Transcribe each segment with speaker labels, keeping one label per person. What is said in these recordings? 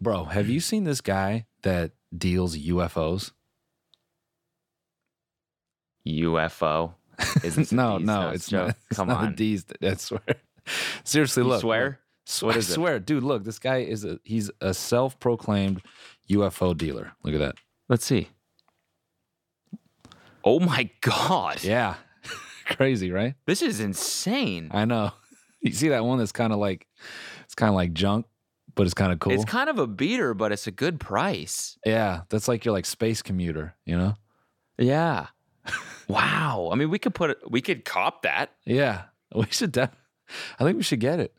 Speaker 1: Bro, have you seen this guy that deals UFOs?
Speaker 2: UFO. Isn't
Speaker 1: No,
Speaker 2: the D's
Speaker 1: no,
Speaker 2: Nuts
Speaker 1: it's
Speaker 2: joke?
Speaker 1: not. It's
Speaker 2: Come
Speaker 1: not a
Speaker 2: on.
Speaker 1: D's. I swear. Seriously,
Speaker 2: You
Speaker 1: look.
Speaker 2: swear?
Speaker 1: Swear,
Speaker 2: is
Speaker 1: I
Speaker 2: it?
Speaker 1: swear, dude. Look, this guy is a he's a self-proclaimed UFO dealer. Look at that.
Speaker 2: Let's see. Oh my god.
Speaker 1: Yeah, crazy, right?
Speaker 2: This is insane.
Speaker 1: I know. You see that one that's kind of like it's kind of like junk, but it's kind of cool.
Speaker 2: It's kind of a beater, but it's a good price.
Speaker 1: yeah, that's like your like space commuter, you know?
Speaker 2: Yeah. wow. I mean, we could put it, we could cop that.
Speaker 1: Yeah, we should. Def- I think we should get it.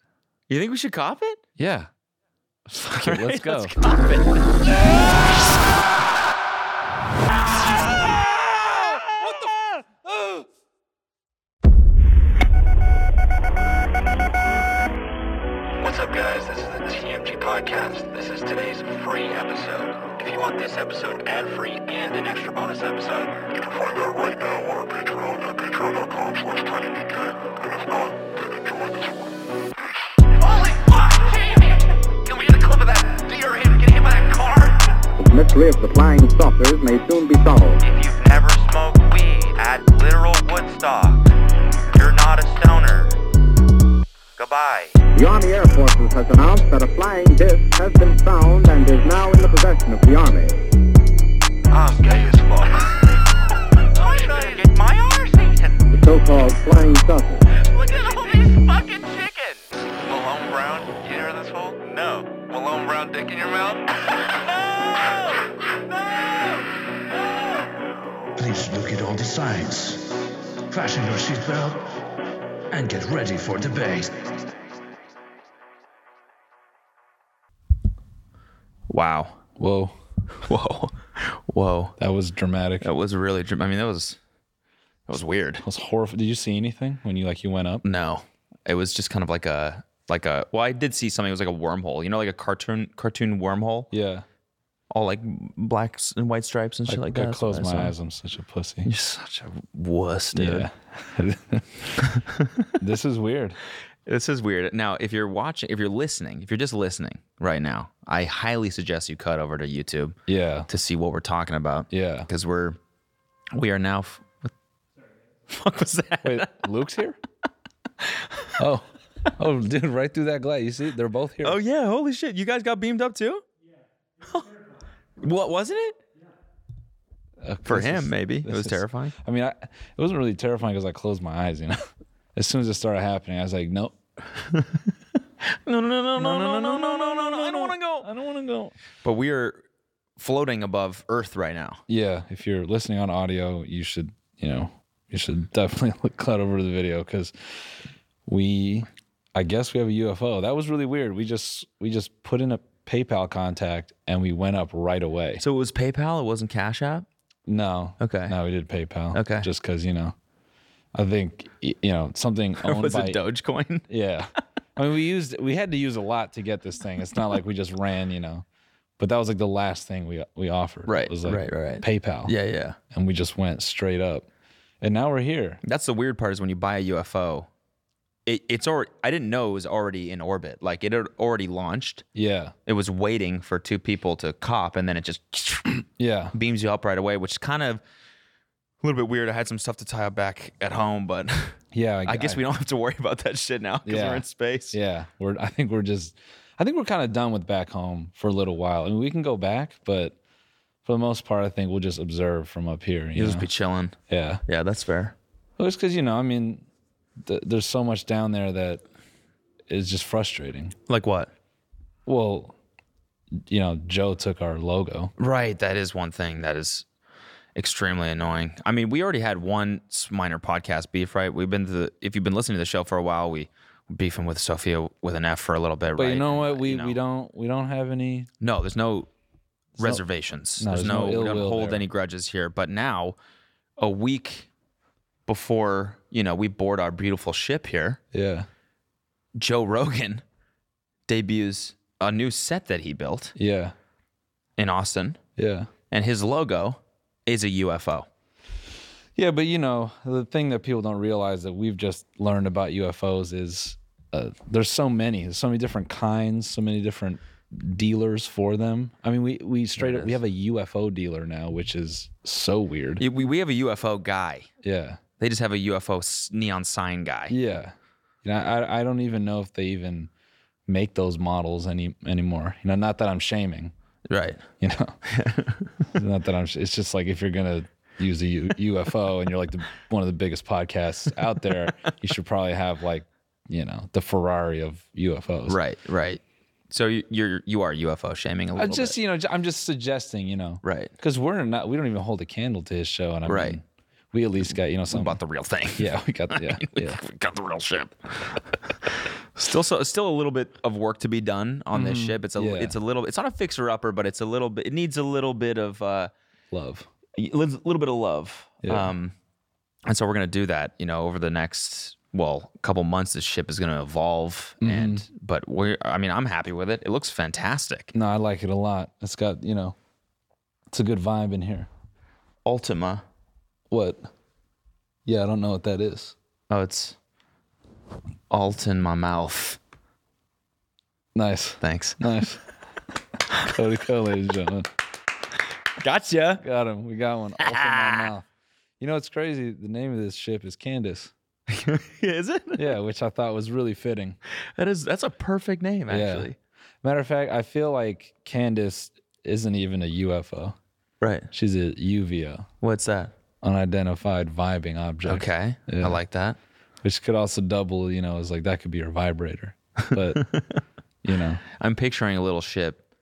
Speaker 2: You think we should cop it?
Speaker 1: Yeah. Fuck it, let's
Speaker 2: Alright,
Speaker 1: go.
Speaker 2: cop it.
Speaker 3: What's up, guys? This is the TMG Podcast. This is today's free episode. If you want this episode ad-free and an extra bonus episode, you can find that right now on our Patreon at patreon.com slash tinydk. And if not, then enjoy this one. Holy fuck, Jamie! Can we get a clip of that deer him getting hit by that car?
Speaker 4: The mystery of the flying saucers may soon be solved.
Speaker 3: If you've never smoked weed at literal Woodstock, you're not a stoner. Goodbye.
Speaker 4: The Army Air Forces has announced that a flying disc has been found and is now in the possession of the Army.
Speaker 3: I'm gay as fuck. I'm trying to get my arse eaten.
Speaker 4: The so-called flying saucer.
Speaker 3: Look at all these fucking chickens. Malone Brown, you hear this hole? No. Malone Brown dick in your mouth? no! No!
Speaker 5: Please look at all the signs. Fasten your seatbelt and get ready for debate.
Speaker 2: Wow.
Speaker 1: Whoa,
Speaker 2: Whoa. Whoa.
Speaker 1: that was dramatic. That
Speaker 2: That was really, dr- I mean, that was, that was weird.
Speaker 1: was horrible. Did you see anything when you like you went up?
Speaker 2: No, it was just kind of like a, like a, well, I did see something. It was like a wormhole, you know, like a cartoon, cartoon wormhole,
Speaker 1: Yeah,
Speaker 2: all like blacks and white stripes and shit like
Speaker 1: I
Speaker 2: that.
Speaker 1: closed
Speaker 2: That's what
Speaker 1: my
Speaker 2: I saw.
Speaker 1: eyes. I'm such a pussy.
Speaker 2: You're such a wuss, dude.
Speaker 1: Yeah. this is weird.
Speaker 2: This is weird. Now, if you're watching, if you're listening, if you're just listening right now, I highly suggest you cut over to YouTube
Speaker 1: Yeah.
Speaker 2: to see what we're talking about.
Speaker 1: Yeah.
Speaker 2: Because we're, we are now, f- what the fuck was that?
Speaker 1: Wait, Luke's here? Oh. Oh, dude, right through that glass. You see, they're both here.
Speaker 2: Oh yeah, holy shit! You guys got beamed up too? Yeah. what wasn't it? For
Speaker 1: This
Speaker 2: him,
Speaker 1: is-
Speaker 2: maybe it
Speaker 1: this
Speaker 2: was
Speaker 1: is-
Speaker 2: terrifying.
Speaker 1: I mean, I, it wasn't really terrifying because I closed my eyes, you know. As soon as it started happening, I was like, nope.
Speaker 2: No, no, no, no, no, no, no, no, no, no! I don't want to
Speaker 1: I
Speaker 2: go.
Speaker 1: don't want to go.
Speaker 2: But we are floating above Earth right now.
Speaker 1: Yeah, if you're listening on audio, you should, you know, you should definitely look cut over to the video because we, I guess we have a UFO. That was really weird. We just we just put in a PayPal contact and we went up right away.
Speaker 2: So it was PayPal. It wasn't Cash App.
Speaker 1: No.
Speaker 2: Okay.
Speaker 1: No, we did PayPal.
Speaker 2: Okay.
Speaker 1: Just because you know, I think y- you know something
Speaker 2: Or
Speaker 1: owned
Speaker 2: was
Speaker 1: by
Speaker 2: it Dogecoin?
Speaker 1: yeah. I mean, we used we had to use a lot to get this thing. It's not like we just ran, you know. But that was like the last thing we we offered.
Speaker 2: Right,
Speaker 1: It was like
Speaker 2: right, right, right.
Speaker 1: PayPal.
Speaker 2: yeah, yeah.
Speaker 1: And we just went straight up, and now we're here.
Speaker 2: That's the weird part is when you buy a UFO, it, it's already. I didn't know it was already in orbit. Like it had already launched.
Speaker 1: Yeah.
Speaker 2: It was waiting for two people to cop, and then it just
Speaker 1: Yeah.
Speaker 2: beams you up right away, which is kind of a little bit weird. I had some stuff to tie up back at home, but
Speaker 1: Yeah.
Speaker 2: I guess we don't have to worry about that shit now because
Speaker 1: Yeah.
Speaker 2: we're in space.
Speaker 1: Yeah. We're. I think we're just. I think we're kind of done with back home for a little while. I mean, we can go back, but for the most part, I think we'll just observe from up here. You
Speaker 2: You'll
Speaker 1: know?
Speaker 2: just be chilling.
Speaker 1: yeah.
Speaker 2: Yeah, that's fair.
Speaker 1: Well, it's because you know, I mean, th- there's so much down there that is just frustrating.
Speaker 2: Like what?
Speaker 1: Well, you know, Joe took our logo.
Speaker 2: Right. That is one thing that is extremely annoying. I mean, we already had one s- minor podcast beef, right? We've been to the, if you've been listening to the show for a while, we beefing with Sophia with an F for a little bit,
Speaker 1: But
Speaker 2: right?
Speaker 1: you know
Speaker 2: And,
Speaker 1: what?
Speaker 2: uh,
Speaker 1: We
Speaker 2: you know.
Speaker 1: we don't we don't have any.
Speaker 2: No, there's no reservations.
Speaker 1: no,
Speaker 2: there's,
Speaker 1: there's no
Speaker 2: no,
Speaker 1: ill
Speaker 2: we don't
Speaker 1: will
Speaker 2: hold
Speaker 1: there.
Speaker 2: any grudges here. But now, a week before you know we board our beautiful ship here,
Speaker 1: Yeah.
Speaker 2: Joe Rogan debuts a new set that he built
Speaker 1: Yeah.
Speaker 2: in Austin,
Speaker 1: Yeah.
Speaker 2: and his logo is a UFO.
Speaker 1: Yeah, but you know, the thing that people don't realize that we've just learned about UFOs is uh, there's so many, there's so many different kinds, so many different dealers for them. I mean, we we straight
Speaker 2: It
Speaker 1: up we
Speaker 2: is.
Speaker 1: have a UFO dealer now, which is so weird.
Speaker 2: Yeah, We, we have a UFO guy.
Speaker 1: Yeah,
Speaker 2: They just have a UFO s- neon sign guy.
Speaker 1: yeah. You know, I I don't even know if they even make those models any anymore. You know, not that I'm shaming.
Speaker 2: Right.
Speaker 1: You know, not that I'm. sh- It's just like if you're gonna use a U- UFO and you're like the, one of the biggest podcasts out there, you should probably have like you know the Ferrari of UFOs.
Speaker 2: Right. Right. So you- you're you are UFO shaming a
Speaker 1: I
Speaker 2: little
Speaker 1: just
Speaker 2: bit.
Speaker 1: you know j- I'm just suggesting you know
Speaker 2: Right.
Speaker 1: because we're not we don't even hold a candle to his show and I
Speaker 2: Right.
Speaker 1: mean we at least got you know something
Speaker 2: About the real thing.
Speaker 1: yeah we got the, yeah yeah
Speaker 2: We got the real ship. still, so still a little bit of work to be done on this
Speaker 1: Mm-hmm.
Speaker 2: ship. It's a,
Speaker 1: Yeah.
Speaker 2: it's a little, it's not a fixer upper, but it's a little bit. It needs a little bit of, uh,
Speaker 1: love
Speaker 2: a little little bit of love.
Speaker 1: Yeah.
Speaker 2: Um, and so we're gonna do that. You know, over the next well couple months, this ship is gonna evolve. And but we're, I mean, I'm happy with it. It looks fantastic.
Speaker 1: no I like it a lot it's got you know it's a good vibe in here
Speaker 2: Ultima.
Speaker 1: what yeah I don't know what that is
Speaker 2: Oh, it's alt in my mouth.
Speaker 1: nice
Speaker 2: Thanks.
Speaker 1: nice Cody Co, ladies and gentlemen
Speaker 2: Gotcha.
Speaker 1: got him we got one open my mouth you know it's crazy the name of this ship is Candace
Speaker 2: is it?
Speaker 1: yeah which I thought was really fitting
Speaker 2: That is. That's a perfect name, actually.
Speaker 1: matter of fact I feel like Candace isn't even a UFO.
Speaker 2: Right.
Speaker 1: She's a UVO,
Speaker 2: What's that?
Speaker 1: unidentified vibing object.
Speaker 2: Okay.
Speaker 1: Yeah.
Speaker 2: I like that.
Speaker 1: Which could also double, you know, as like that could be your vibrator. But you know,
Speaker 2: I'm picturing a little ship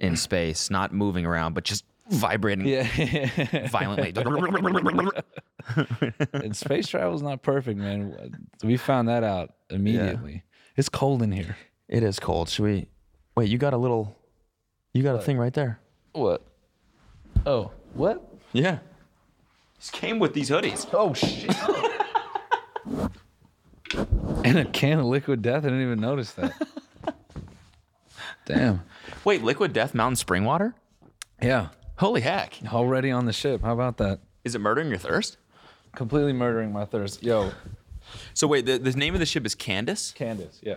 Speaker 2: in space, not moving around, but just vibrating
Speaker 1: yeah.
Speaker 2: violently.
Speaker 1: and space travel's not perfect, man. We found that out immediately. It's cold in here.
Speaker 2: it is cold. Should we? Wait, you got a little. You got a thing right there.
Speaker 1: What? Oh, what?
Speaker 2: Yeah. This came with these hoodies.
Speaker 1: Oh shit. and a can of liquid death. I didn't even notice that. Damn.
Speaker 2: Wait, Liquid Death Mountain Spring Water?
Speaker 1: Yeah.
Speaker 2: Holy heck.
Speaker 1: Already on the ship. How about that?
Speaker 2: Is it murdering your thirst?
Speaker 1: Completely murdering my thirst. Yo,
Speaker 2: So, wait, the, the name of the ship is Candace?
Speaker 1: Candace. Yeah.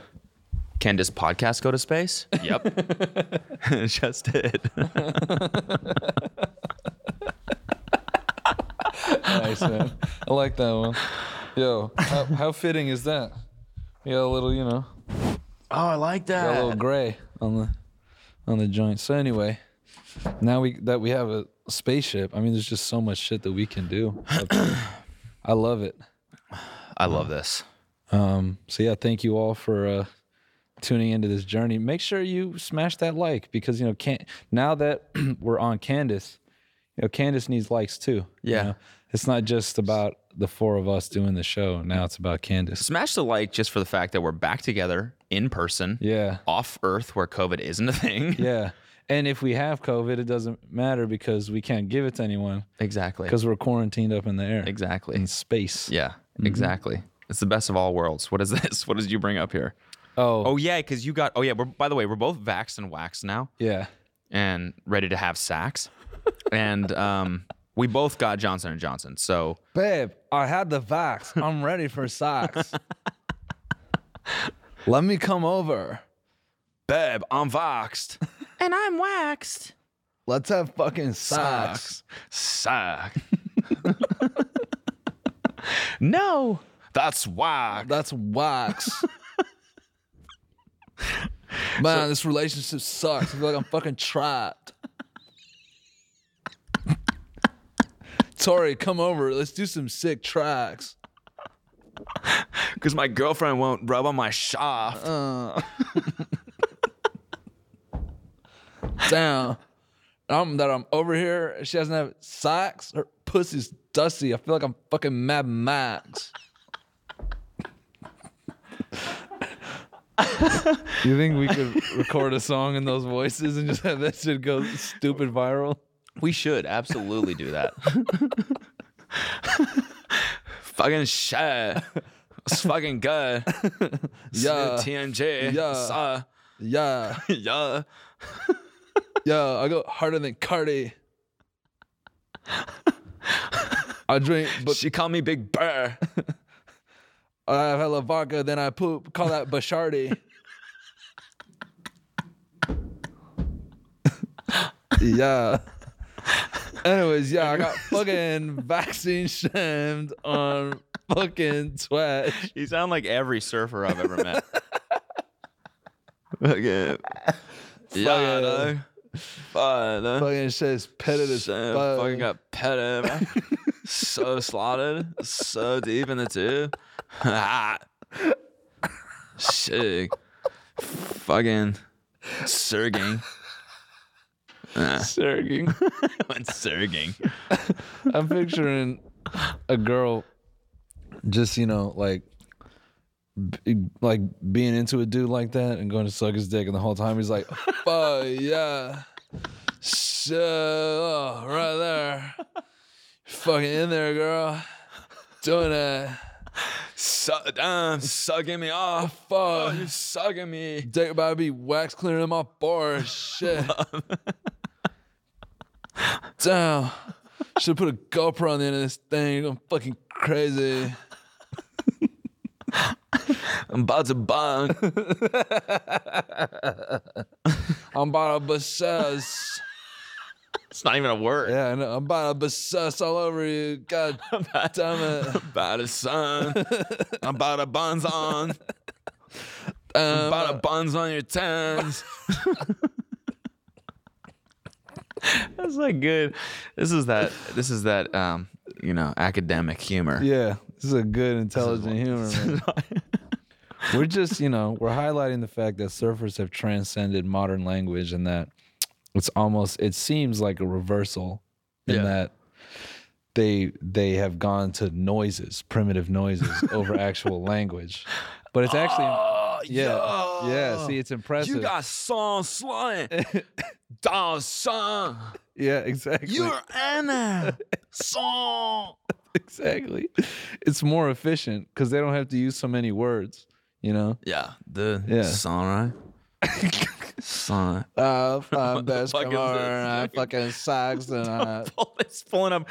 Speaker 2: Can this podcast go to space? Yep. Just did.
Speaker 1: Nice, man. I like that one. Yo, how, how fitting is that? You got a little, you know,
Speaker 2: Oh, I like
Speaker 1: got a little
Speaker 2: that.
Speaker 1: gray on the on the joint. So anyway, now we that we have a spaceship. I mean, there's just so much shit that we can do. up there. I love it.
Speaker 2: I love this.
Speaker 1: So yeah, thank you all for uh, tuning into this journey. Make sure you smash that like because you know can now that we're on Candace, you know Candace needs likes too. you
Speaker 2: Yeah.
Speaker 1: know? it's not just about the four of us doing the show. Now it's about Candace.
Speaker 2: Smash the like just for the fact that we're back together in person,
Speaker 1: Yeah,
Speaker 2: off Earth where COVID isn't a thing.
Speaker 1: yeah. And if we have COVID, it doesn't matter because we can't give it to anyone
Speaker 2: Exactly.
Speaker 1: because we're quarantined up in the air,
Speaker 2: Exactly.
Speaker 1: in space.
Speaker 2: Yeah, exactly. It's the best of all worlds. What is this? What did you bring up here?
Speaker 1: Oh,
Speaker 2: Oh yeah, because you got. Oh yeah. We're by the way, we're both vaxxed and waxed now,
Speaker 1: yeah.
Speaker 2: and ready to have sacks, and um, we both got Johnson and Johnson. So
Speaker 1: Babe, I had the vax. I'm ready for socks. Let me come over.
Speaker 2: Beb, I'm vaxxed. and I'm waxed.
Speaker 1: Let's have fucking socks.
Speaker 2: Suck. no. That's wax.
Speaker 1: That's wax. Man, this relationship sucks. I feel like I'm fucking trapped. Tori, come over. Let's do some sick tracks.
Speaker 2: Because my girlfriend won't rub on my shaft.
Speaker 1: Damn. I'm that I'm over here. She doesn't have socks. Her pussy's dusty. I feel like I'm fucking Mad Max. you think we could record a song in those voices and just have that shit go stupid viral?
Speaker 2: we should absolutely do that. fucking shit. It's fucking good.
Speaker 1: Yeah.
Speaker 2: TNG.
Speaker 1: Yeah.
Speaker 2: Suh.
Speaker 1: Yeah.
Speaker 2: Yeah.
Speaker 1: Yeah. I go harder than Cardi. I drink, but
Speaker 2: She called me Big Bear.
Speaker 1: I have hella vodka, then I poop. Call that Bashardi. yeah. Anyways, yeah, I got fucking vaccine shamed on fucking Twitch.
Speaker 2: You sound like every surfer I've ever met. okay.
Speaker 1: Fucking-
Speaker 2: Yeah, Fun.
Speaker 1: Fucking shit is pitted as fuck.
Speaker 2: Fucking got petted. man. so slotted. So deep in the tube. Sick. Fucking surging.
Speaker 1: Surging.
Speaker 2: Went surging.
Speaker 1: I'm picturing a girl just, you know, like b- like being into a dude like that and going to suck his dick and the whole time he's like, "Oh yeah. So oh, right there. Fucking in there, girl. Doing that.
Speaker 2: So damn, sucking me off.
Speaker 1: Fuck.
Speaker 2: You're sucking me.
Speaker 1: Dick about to be wax cleaning my bar. Shit. Damn. Should put a GoPro on the end of this thing. You're going fucking crazy.
Speaker 2: I'm about to bang.
Speaker 1: I'm about to possess.
Speaker 2: it's not even a word.
Speaker 1: Yeah, I know. I'm about to possess all over you. God damn it.
Speaker 2: About a sun. I'm about a buns on.
Speaker 1: Um,
Speaker 2: About a buns on your tans. That's like good. This is that. This is that. Um, you know, academic humor.
Speaker 1: yeah, this is a good, intelligent humor. Man. we're just, you know, we're highlighting the fact that surfers have transcended modern language and that it's almost, it seems like a reversal in
Speaker 2: Yeah.
Speaker 1: that they they have gone to noises, primitive noises over actual language. But it's actually,
Speaker 2: Oh,
Speaker 1: yeah, yeah. See, it's impressive.
Speaker 2: you got song slang. Da song.
Speaker 1: yeah, exactly.
Speaker 2: You're Anna. Song.
Speaker 1: exactly. It's more efficient because they don't have to use so many words, you know?
Speaker 2: Yeah. The
Speaker 1: Yeah.
Speaker 2: song right. Song.
Speaker 1: Uh, I'm
Speaker 2: best fuck is comer this? and I
Speaker 1: fucking sucks and uh, I.
Speaker 2: Paul is pulling up,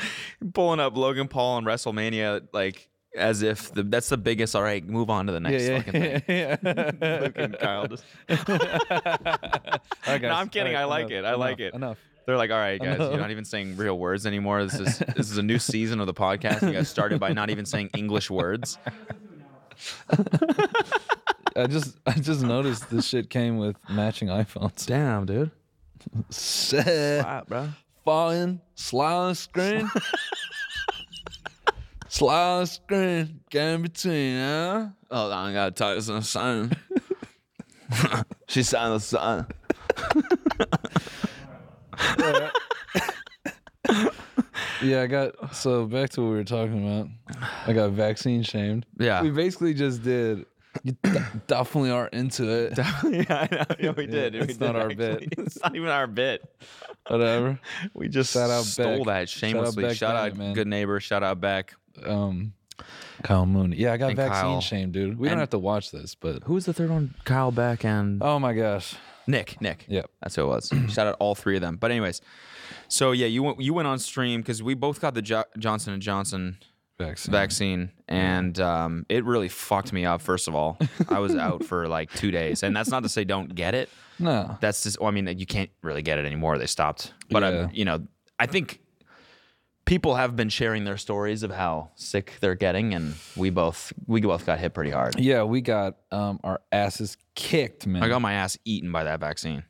Speaker 2: pulling up Logan Paul and WrestleMania like as if the, that's the biggest. All right, move on to the next
Speaker 1: Yeah,
Speaker 2: fucking
Speaker 1: yeah,
Speaker 2: thing.
Speaker 1: yeah.
Speaker 2: Fucking Kyle just-
Speaker 1: Alright,
Speaker 2: No,
Speaker 1: guys.
Speaker 2: I'm kidding.
Speaker 1: Alright,
Speaker 2: I like
Speaker 1: enough,
Speaker 2: it. I like
Speaker 1: enough,
Speaker 2: it.
Speaker 1: Enough.
Speaker 2: They're like, all right, guys,
Speaker 1: know.
Speaker 2: you're not even saying real words anymore. This is this is a new season of the podcast. You guys started by not even saying English words.
Speaker 1: I just I just noticed this shit came with matching iPhones.
Speaker 2: Damn, dude.
Speaker 1: Shit.
Speaker 2: bro.
Speaker 1: Falling, sliding screen. sliding screen. Get in between, huh?
Speaker 2: Oh, I gotta talk to some son. she signed the son.
Speaker 1: Yeah, I got so back to what we were talking about. I got vaccine shamed.
Speaker 2: Yeah.
Speaker 1: we basically just did. You d- definitely are into it.
Speaker 2: yeah, I know. Yeah, we did.
Speaker 1: it's
Speaker 2: we did,
Speaker 1: not our bit.
Speaker 2: actually. It's not even our bit.
Speaker 1: Whatever.
Speaker 2: We just
Speaker 1: Shout out
Speaker 2: stole
Speaker 1: Beck.
Speaker 2: that shamelessly.
Speaker 1: Beck
Speaker 2: Shout out,
Speaker 1: Bennett, man.
Speaker 2: good neighbor. Shout out back.
Speaker 1: Um, Kyle Moon. Yeah, I got
Speaker 2: And
Speaker 1: vaccine
Speaker 2: Kyle.
Speaker 1: shamed, dude. We
Speaker 2: And-
Speaker 1: don't have to watch this, but
Speaker 2: Who was the third one? Kyle Beck and
Speaker 1: oh my gosh,
Speaker 2: Nick. Nick.
Speaker 1: Yeah.
Speaker 2: that's who it was. Shout out all three of them. But anyways, so yeah, you went you went on stream because we both got the jo- Johnson and Johnson
Speaker 1: vaccine.
Speaker 2: vaccine, and um, it really fucked me up. First of all, I was out for like two days, and that's not to say don't get it.
Speaker 1: no.
Speaker 2: That's just. Well, I mean, you can't really get it anymore. They stopped. But
Speaker 1: Yeah.
Speaker 2: I'm, you know, I think people have been sharing their stories of how sick they're getting, and we both we both got hit pretty hard.
Speaker 1: Yeah, we got um our asses kicked, man.
Speaker 2: I got my ass eaten by that vaccine,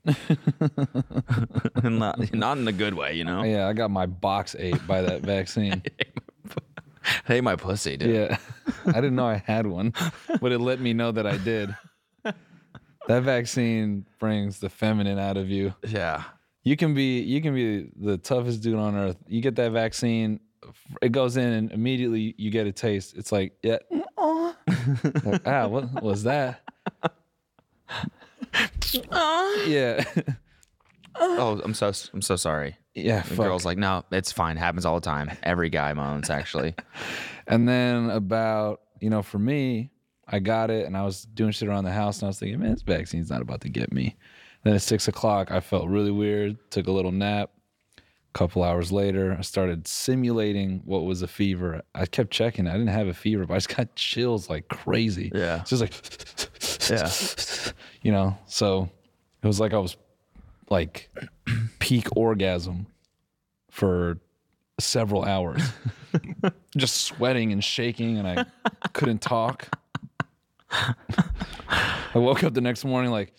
Speaker 2: And not not in a good way, you know. I
Speaker 1: yeah, I got my box ate by that vaccine.
Speaker 2: hate my pussy, dude.
Speaker 1: Yeah. I didn't know I had one, but it let me know that I did. That vaccine brings the feminine out of you.
Speaker 2: Yeah.
Speaker 1: You can be you can be the toughest dude on earth. You get that vaccine, it goes in and immediately you get a taste. It's like, yeah. Like, ah, what was that? yeah.
Speaker 2: Oh, I'm so I'm so sorry.
Speaker 1: Yeah,
Speaker 2: The
Speaker 1: fuck.
Speaker 2: girl's like, no, it's fine. Happens all the time. Every guy moans, actually.
Speaker 1: And then about, you know, for me, I got it and I was doing shit around the house and I was thinking, man, this vaccine's not about to get me. Then at six o'clock, I felt really weird, took a little nap. A couple hours later, I started simulating what was a fever. I kept checking. I didn't have a fever, but I just got chills like crazy.
Speaker 2: Yeah.
Speaker 1: It's just like, yeah. you know, so it was like I was like peak orgasm for several hours, just sweating and shaking, and I couldn't talk. I woke up the next morning like,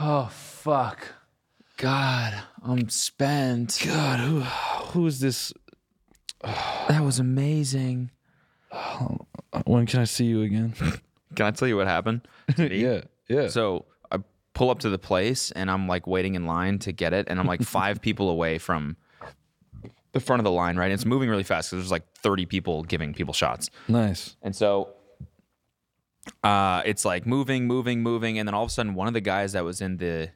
Speaker 1: oh fuck,
Speaker 2: God, I'm spent.
Speaker 1: God, who who is this?
Speaker 2: That was amazing.
Speaker 1: When can I see you again?
Speaker 2: Can I tell you what happened?
Speaker 1: yeah, yeah.
Speaker 2: So I pull up to the place and I'm like waiting in line to get it. And I'm like five people away from the front of the line, right? And it's moving really fast because there's like 30 people giving people shots.
Speaker 1: nice.
Speaker 2: And so uh, it's like moving, moving, moving. And then all of a sudden, one of the guys that was in the,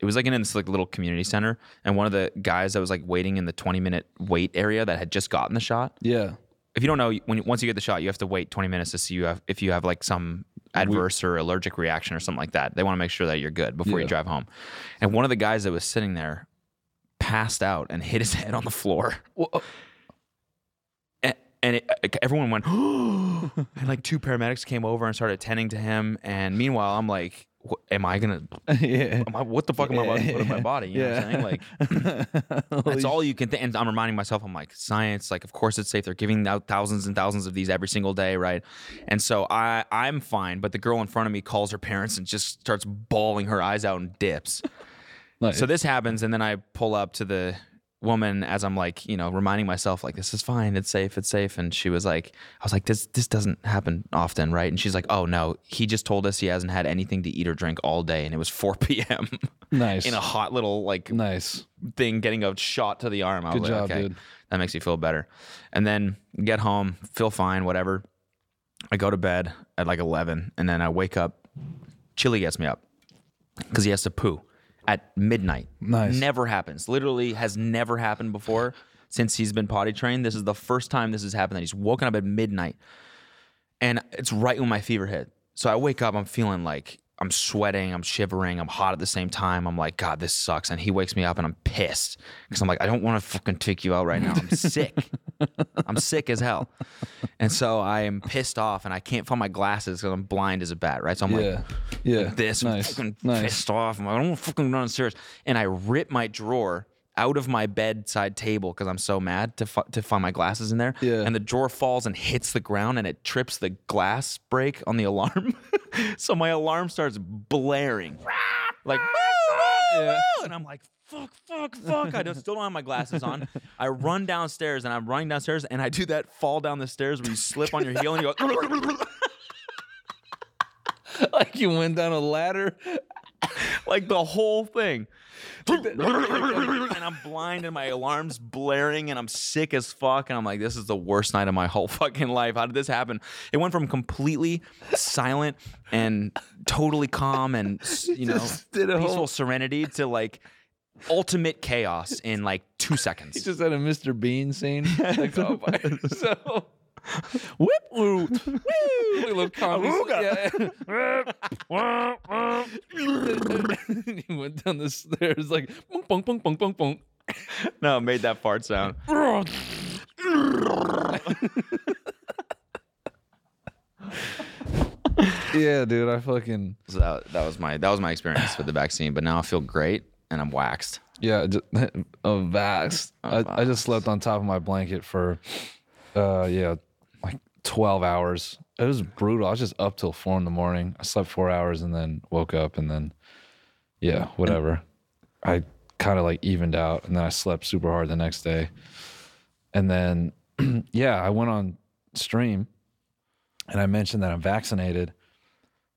Speaker 2: it was like in this like little community center. And one of the guys that was like waiting in the 20 minute wait area that had just gotten the shot.
Speaker 1: Yeah.
Speaker 2: If you don't know, when once you get the shot, you have to wait 20 minutes to see you have, if you have like some adverse or allergic reaction or something like that. They want to make sure that you're good before you
Speaker 1: Yeah.
Speaker 2: drive home. And one of the guys that was sitting there passed out and hit his head on the floor. and and it, everyone went, and like two paramedics came over and started attending to him. And meanwhile, I'm like, "Wha- am I gonna?
Speaker 1: yeah.
Speaker 2: Am I, what the fuck am I about to put in my body? You know what I'm saying? Like, that's all you can think. And I'm reminding myself, I'm like, science, like, of course it's safe. They're giving out thousands and thousands of these every single day, right? And so I, I'm fine. But the girl in front of me calls her parents and just starts bawling her eyes out and dips.
Speaker 1: Nice.
Speaker 2: So this happens, and then I pull up to the woman as I'm like, you know, reminding myself like, this is fine, it's safe, it's safe. And she was like, I was like, this this doesn't happen often, right? And she's like, oh no, he just told us he hasn't had anything to eat or drink all day, and it was 4 p.m.
Speaker 1: nice.
Speaker 2: in a hot little like
Speaker 1: nice.
Speaker 2: thing getting a shot to the arm. I
Speaker 1: Good
Speaker 2: was like,
Speaker 1: job,
Speaker 2: okay,
Speaker 1: dude.
Speaker 2: that makes you feel better. And then get home, feel fine, whatever. I go to bed at like 11 and then I wake up. Chili gets me up because he has to poo at midnight.
Speaker 1: Nice.
Speaker 2: Never happens. Literally has never happened before since he's been potty trained. This is the first time this has happened that he's woken up at midnight and it's right when my fever hit. So I wake up, I'm feeling like I'm sweating, I'm shivering, I'm hot at the same time. I'm like, God, this sucks. And he wakes me up and I'm pissed because I'm like, I don't want to fucking take you out right now. I'm sick. I'm sick as hell. And so I am pissed off and I can't find my glasses because I'm blind as a bat, right? So I'm like,
Speaker 1: Yeah. Yeah.
Speaker 2: this.
Speaker 1: Nice.
Speaker 2: I'm fucking
Speaker 1: Nice.
Speaker 2: pissed off. I'm like, I don't wanna fucking run upstairs. And I rip my drawer out of my bedside table because I'm so mad to, fi- to find my glasses in there.
Speaker 1: Yeah.
Speaker 2: And the drawer falls and hits the ground and it trips the glass break on the alarm. so my alarm starts blaring. Like, "Woo, woo,
Speaker 1: Yeah.
Speaker 2: woo," and I'm like, fuck, fuck, fuck. I don't, still don't have my glasses on. I run downstairs and I'm running downstairs and I do that fall down the stairs where you slip on your heel and you go,
Speaker 1: like you went down a ladder.
Speaker 2: like the whole thing. and I'm blind and my alarm's blaring and I'm sick as fuck and I'm like, this is the worst night of my whole fucking life. How did this happen? It went from completely silent and totally calm and s- you know
Speaker 1: just did a
Speaker 2: peaceful
Speaker 1: whole-
Speaker 2: serenity to like ultimate chaos in like two seconds.
Speaker 1: He just had a Mr. Bean scene. Like, oh my. So.
Speaker 2: Whip woo.
Speaker 1: Little comedy. Yeah. he went down the stairs like bunk bunk bunk bunk bunk bunk.
Speaker 2: No, it made that fart sound.
Speaker 1: Yeah, dude, I fucking
Speaker 2: So that, that was my that was my experience with the vaccine, but now I feel great and I'm waxed.
Speaker 1: yeah, just, a vast. I, I just slept on top of my blanket for uh yeah, like 12 hours. It was brutal. I was just up till 4 in the morning. I slept 4 hours and then woke up and then yeah, whatever. I kind of like evened out and then I slept super hard the next day. And then yeah, I went on stream and I mentioned that I'm vaccinated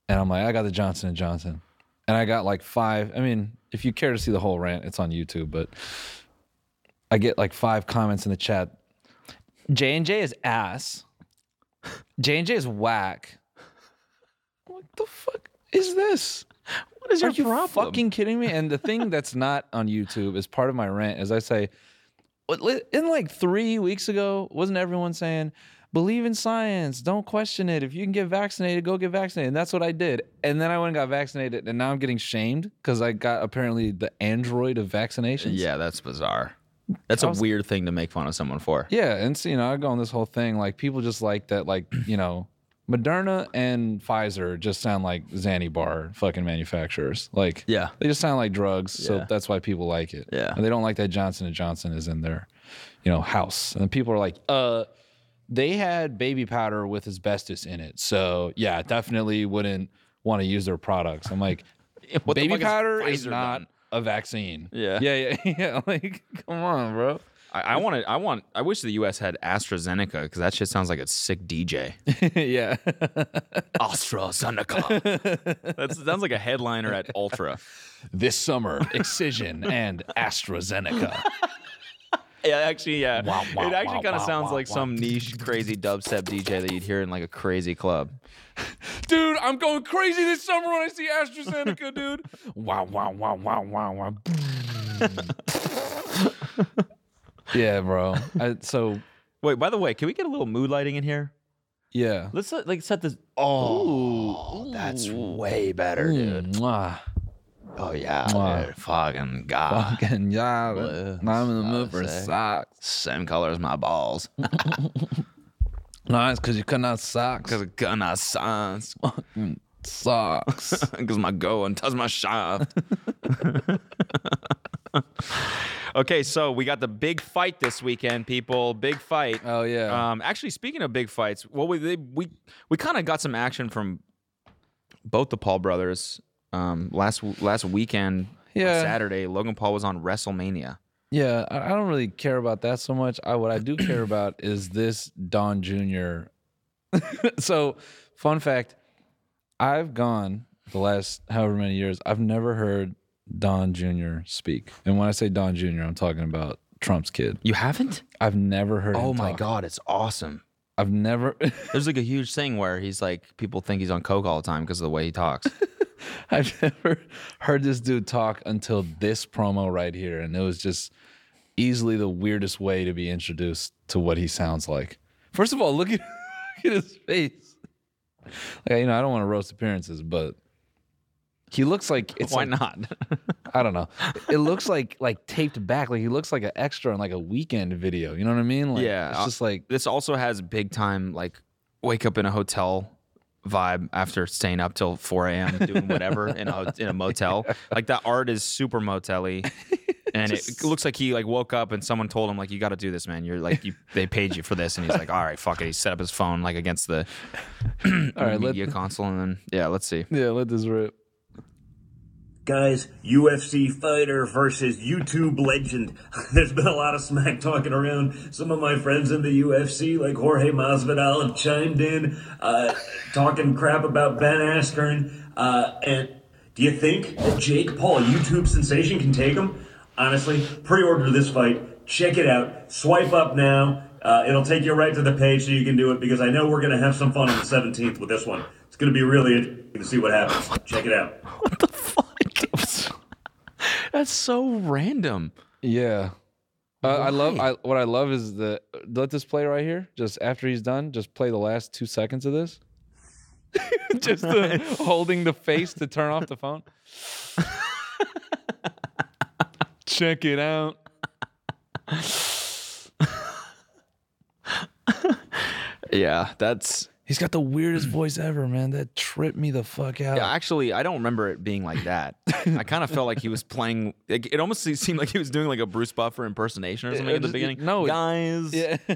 Speaker 1: and I'm like I got the Johnson and Johnson. And I got like 5, I mean, if you care to see the whole rant, it's on YouTube, but I get like 5 comments in the chat. J&J is ass. J&J is whack. What the fuck is this?
Speaker 2: What is
Speaker 1: Are you fucking kidding me? And the thing that's not on YouTube is part of my rant is I say, what- li- in like three weeks ago, wasn't everyone saying, believe in science, don't question it. If you can get vaccinated, go get vaccinated. And that's what I did. And then I went and got vaccinated, and now I'm getting shamed because I got apparently the android of vaccinations.
Speaker 2: Yeah, that's bizarre. That's a weird thing to make fun of someone for.
Speaker 1: Yeah, and so you know, I go on this whole thing like people just like that, like you know, Moderna and Pfizer just sound like Xanny bar fucking manufacturers. Like
Speaker 2: Yeah.
Speaker 1: they just sound like drugs. So
Speaker 2: Yeah.
Speaker 1: that's why people like it.
Speaker 2: Yeah.
Speaker 1: and they don't like that Johnson and Johnson is in their, you know, house. And people are like, uh, they had baby powder with asbestos in it. So yeah, definitely wouldn't want to use their products. I'm like,
Speaker 2: What the
Speaker 1: baby
Speaker 2: fuck has
Speaker 1: powder is
Speaker 2: Pfizer
Speaker 1: not
Speaker 2: done?
Speaker 1: a vaccine.
Speaker 2: Yeah.
Speaker 1: yeah, yeah, yeah. Like, come on, bro.
Speaker 2: I, I want to. I want. I wish the U.S. had AstraZeneca because that shit sounds like a sick DJ.
Speaker 1: yeah.
Speaker 2: AstraZeneca. that sounds like a headliner at Ultra.
Speaker 1: this summer, Excision and AstraZeneca.
Speaker 2: Yeah, actually, yeah.
Speaker 1: Wah, wah,
Speaker 2: it actually
Speaker 1: wah,
Speaker 2: kind of
Speaker 1: wah,
Speaker 2: sounds
Speaker 1: wah,
Speaker 2: like
Speaker 1: wah.
Speaker 2: some niche crazy dubstep DJ that you'd hear in like a crazy club.
Speaker 1: Dude, I'm going crazy this summer when I see AstraZeneca, dude. Wow, wow, wow, wow, wow, wow. yeah, bro. I, so,
Speaker 2: Wait, by the way, can we get a little mood lighting in here?
Speaker 1: yeah.
Speaker 2: Let's uh, like set this. Oh, that's way better,
Speaker 1: Mm, mwah.
Speaker 2: Oh yeah,
Speaker 1: Wow.
Speaker 2: dude. fucking god.
Speaker 1: Fucking yeah.
Speaker 2: Bless.
Speaker 1: Now I'm in the mood for
Speaker 2: Sick.
Speaker 1: socks.
Speaker 2: Same color as my balls.
Speaker 1: No, it's because you couldn't have socks.
Speaker 2: Cause gonna science.
Speaker 1: Socks.
Speaker 2: Cause my go and does my shaft. okay, so we got the big fight this weekend, people. Big fight.
Speaker 1: oh, yeah.
Speaker 2: Um, actually, speaking of big fights, well, we they, we we kind of got some action from both the Paul brothers um, last last weekend.
Speaker 1: Yeah.
Speaker 2: on Saturday, Logan Paul was on WrestleMania.
Speaker 1: Yeah, I I don't really care about that so much. I, what I do care about is this Don Jr. so, fun fact I've gone the last however many years, I've never heard Don Jr. speak. And when I say Don Jr., I'm talking about Trump's kid.
Speaker 2: You haven't?
Speaker 1: I've never heard
Speaker 2: Oh
Speaker 1: him
Speaker 2: my
Speaker 1: talk.
Speaker 2: god, it's awesome.
Speaker 1: I've never,
Speaker 2: There's like a huge thing where he's like, people think he's on coke all the time because of the way he talks.
Speaker 1: I've never heard this dude talk until this promo right here. And it was just easily the weirdest way to be introduced to what he sounds like. First of all, look at, look at his face. Like, you know, I don't want to roast appearances, but he looks like it's
Speaker 2: Why
Speaker 1: like-
Speaker 2: not?
Speaker 1: I don't know. It looks like like taped back. Like he looks like an extra in like a weekend video. You know what I mean? Like
Speaker 2: Yeah, uh
Speaker 1: it's
Speaker 2: I-
Speaker 1: just like
Speaker 2: this also has big time like wake up in a hotel vibe after staying up till 4 a.m. doing whatever in a in a motel. Like that art is super motel-y. And it looks like he like woke up and someone told him like you got to do this man. You're like you, they paid you for this and he's like all right fuck it. He set up his phone like against the
Speaker 1: all right, let,
Speaker 2: media console and then yeah, let's see.
Speaker 1: yeah, let this rip.
Speaker 6: Guys, UFC fighter versus YouTube legend. There's been a lot of smack talking around. Some of my friends in the UFC, like Jorge Masvidal, have chimed in, uh, talking crap about Ben Askren. Uh, and do you think that Jake Paul, YouTube sensation, can take him? Honestly, pre-order this fight. Check it out. Swipe up now. Uh, it'll take you right to the page so you can do it because I know we're gonna have some fun on the 17th with this one. It's gonna be really interesting to see what happens. Check it out.
Speaker 2: What the fuck? That's so random.
Speaker 1: Yeah. Uh, I love
Speaker 2: Why?
Speaker 1: I, what I love is the let this play right here. Just after he's done, just play the last two seconds of this. just the, holding the face to turn off the phone. Check it out.
Speaker 2: Yeah, that's
Speaker 1: He's got the weirdest voice ever, man. That tripped me the fuck out.
Speaker 2: Yeah, actually, I don't remember it being like that. I kind of felt like he was playing. Like, it almost se- seemed like he was doing like a Bruce Buffer impersonation or something at the
Speaker 1: just-
Speaker 2: beginning.
Speaker 1: no, it-
Speaker 2: guys.
Speaker 1: Yeah.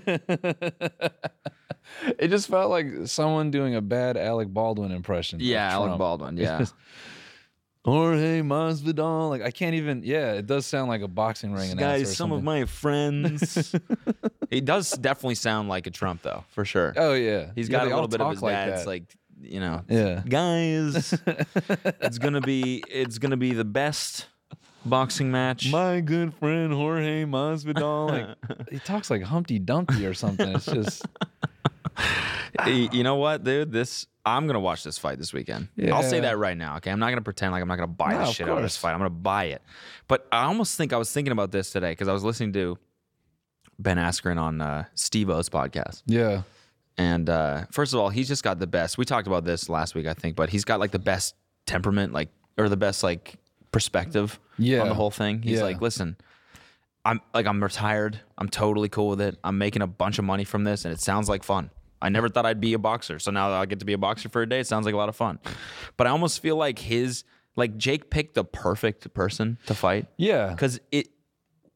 Speaker 1: it just felt like someone doing a bad Alec Baldwin impression. of
Speaker 2: Yeah, Alec
Speaker 1: Trump.
Speaker 2: Baldwin. Yeah,
Speaker 1: Jorge Masvidal. Like I can't even. Yeah, it does sound like a boxing ring. announcer or
Speaker 2: guys. Some of
Speaker 1: something.
Speaker 2: my friends. he does definitely sound like a Trump, though, for sure.
Speaker 1: Oh yeah,
Speaker 2: He's
Speaker 1: Yeah,
Speaker 2: got
Speaker 1: they
Speaker 2: a
Speaker 1: all
Speaker 2: little bit of
Speaker 1: talk
Speaker 2: his dad's,
Speaker 1: that.
Speaker 2: like you know,
Speaker 1: yeah,
Speaker 2: guys. it's gonna be. It's gonna be the best boxing match.
Speaker 1: my good friend Jorge Masvidal. Like he talks like Humpty Dumpty or something. It's just
Speaker 2: Y- you know what, dude? This I'm gonna watch this fight this weekend. I'll say
Speaker 1: Yeah.
Speaker 2: that right now. Okay, I'm not gonna pretend like I'm not gonna buy
Speaker 1: No,
Speaker 2: the
Speaker 1: of
Speaker 2: shit out of this
Speaker 1: course.
Speaker 2: fight. I'm gonna buy it. But I almost think I was thinking about this today because I was listening to Ben Askren on uh, Steve O's podcast.
Speaker 1: yeah,
Speaker 2: And uh, first of all, he's just got the best. We talked about this last week, I think, but he's got like the best temperament, like or the best like perspective
Speaker 1: Yeah.
Speaker 2: on the whole thing. He's
Speaker 1: Yeah.
Speaker 2: like, listen, I'm like I'm retired. I'm totally cool with it. I'm making a bunch of money from this, and it sounds like fun. I never thought I'd be a boxer. So now that I get to be a boxer for a day. It sounds like a lot of fun. But I almost feel like his like Jake picked the perfect person to fight
Speaker 1: Yeah.
Speaker 2: because it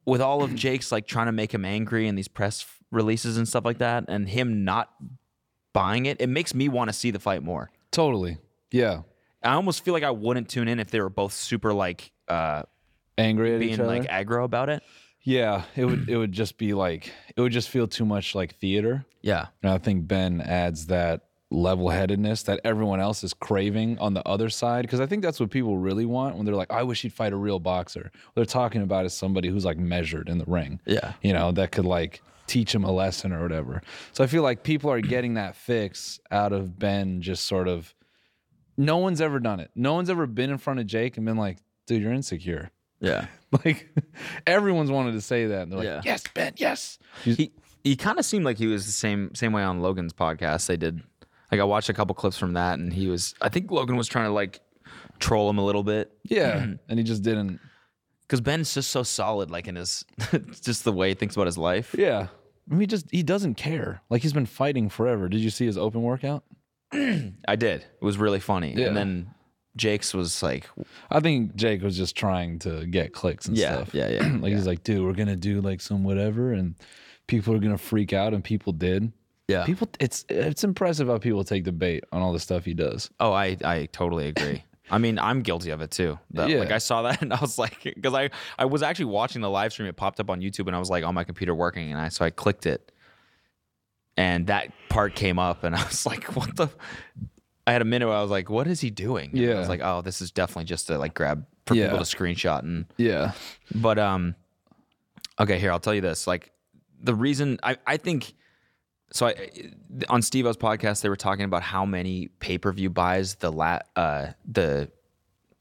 Speaker 2: with all of Jake's like trying to make him angry and these press f- releases and stuff like that, and him not buying it, it makes me want to see the fight more.
Speaker 1: Totally. Yeah.
Speaker 2: I almost feel like I wouldn't tune in if they were both super like uh,
Speaker 1: Angry at each
Speaker 2: being
Speaker 1: other.
Speaker 2: like aggro about it.
Speaker 1: yeah. It would it would just be like it would just feel too much like theater.
Speaker 2: Yeah,
Speaker 1: And I think Ben adds that level headedness that everyone else is craving on the other side. Because I think that's what people really want when they're like, I wish he'd fight a real boxer. What they're talking about is somebody who's like measured in the ring.
Speaker 2: Yeah.
Speaker 1: You know, that could like teach him a lesson or whatever. So I feel like people are getting that fix out of Ben just sort of. No one's ever done it. No one's ever been in front of Jake and been like, dude, you're insecure.
Speaker 2: yeah.
Speaker 1: Like everyone's wanted to say that. And they're like,
Speaker 2: Yeah.
Speaker 1: yes, Ben, yes.
Speaker 2: He he kind of seemed like he was the same same way on Logan's podcast. They did like I watched a couple clips from that, and he was. I think Logan was trying to like troll him a little bit
Speaker 1: Yeah. and he just didn't.
Speaker 2: because Ben's just so solid, like in his just the way he thinks about his life.
Speaker 1: Yeah. I mean, he just he doesn't care. Like he's been fighting forever. Did you see his open workout?
Speaker 2: I did. It was really funny.
Speaker 1: Yeah.
Speaker 2: And then Jake's was like,
Speaker 1: I think Jake was just trying to get clicks and
Speaker 2: Yeah,
Speaker 1: stuff.
Speaker 2: yeah, yeah,
Speaker 1: like he's like, dude, we're gonna do like some whatever, and people are gonna freak out, and people did.
Speaker 2: yeah.
Speaker 1: People, it's it's impressive how people take the bait on all the stuff he does.
Speaker 2: Oh, I, I totally agree. I mean, I'm guilty of it too. That-
Speaker 1: Yeah.
Speaker 2: Like I saw that and I was like, because I, I was actually watching the live stream. It popped up on YouTube and I was like on my computer working. And I, so I clicked it and that part came up and I was like, what the? I had a minute where I was like, what is he doing? And I
Speaker 1: Yeah.
Speaker 2: was like, oh, this is definitely just to like grab for
Speaker 1: Yeah.
Speaker 2: people to screenshot and
Speaker 1: Yeah,
Speaker 2: But um, okay, here I'll tell you this. Like the reason I I think so. I on Steve O's podcast they were talking about how many pay per view buys the la uh the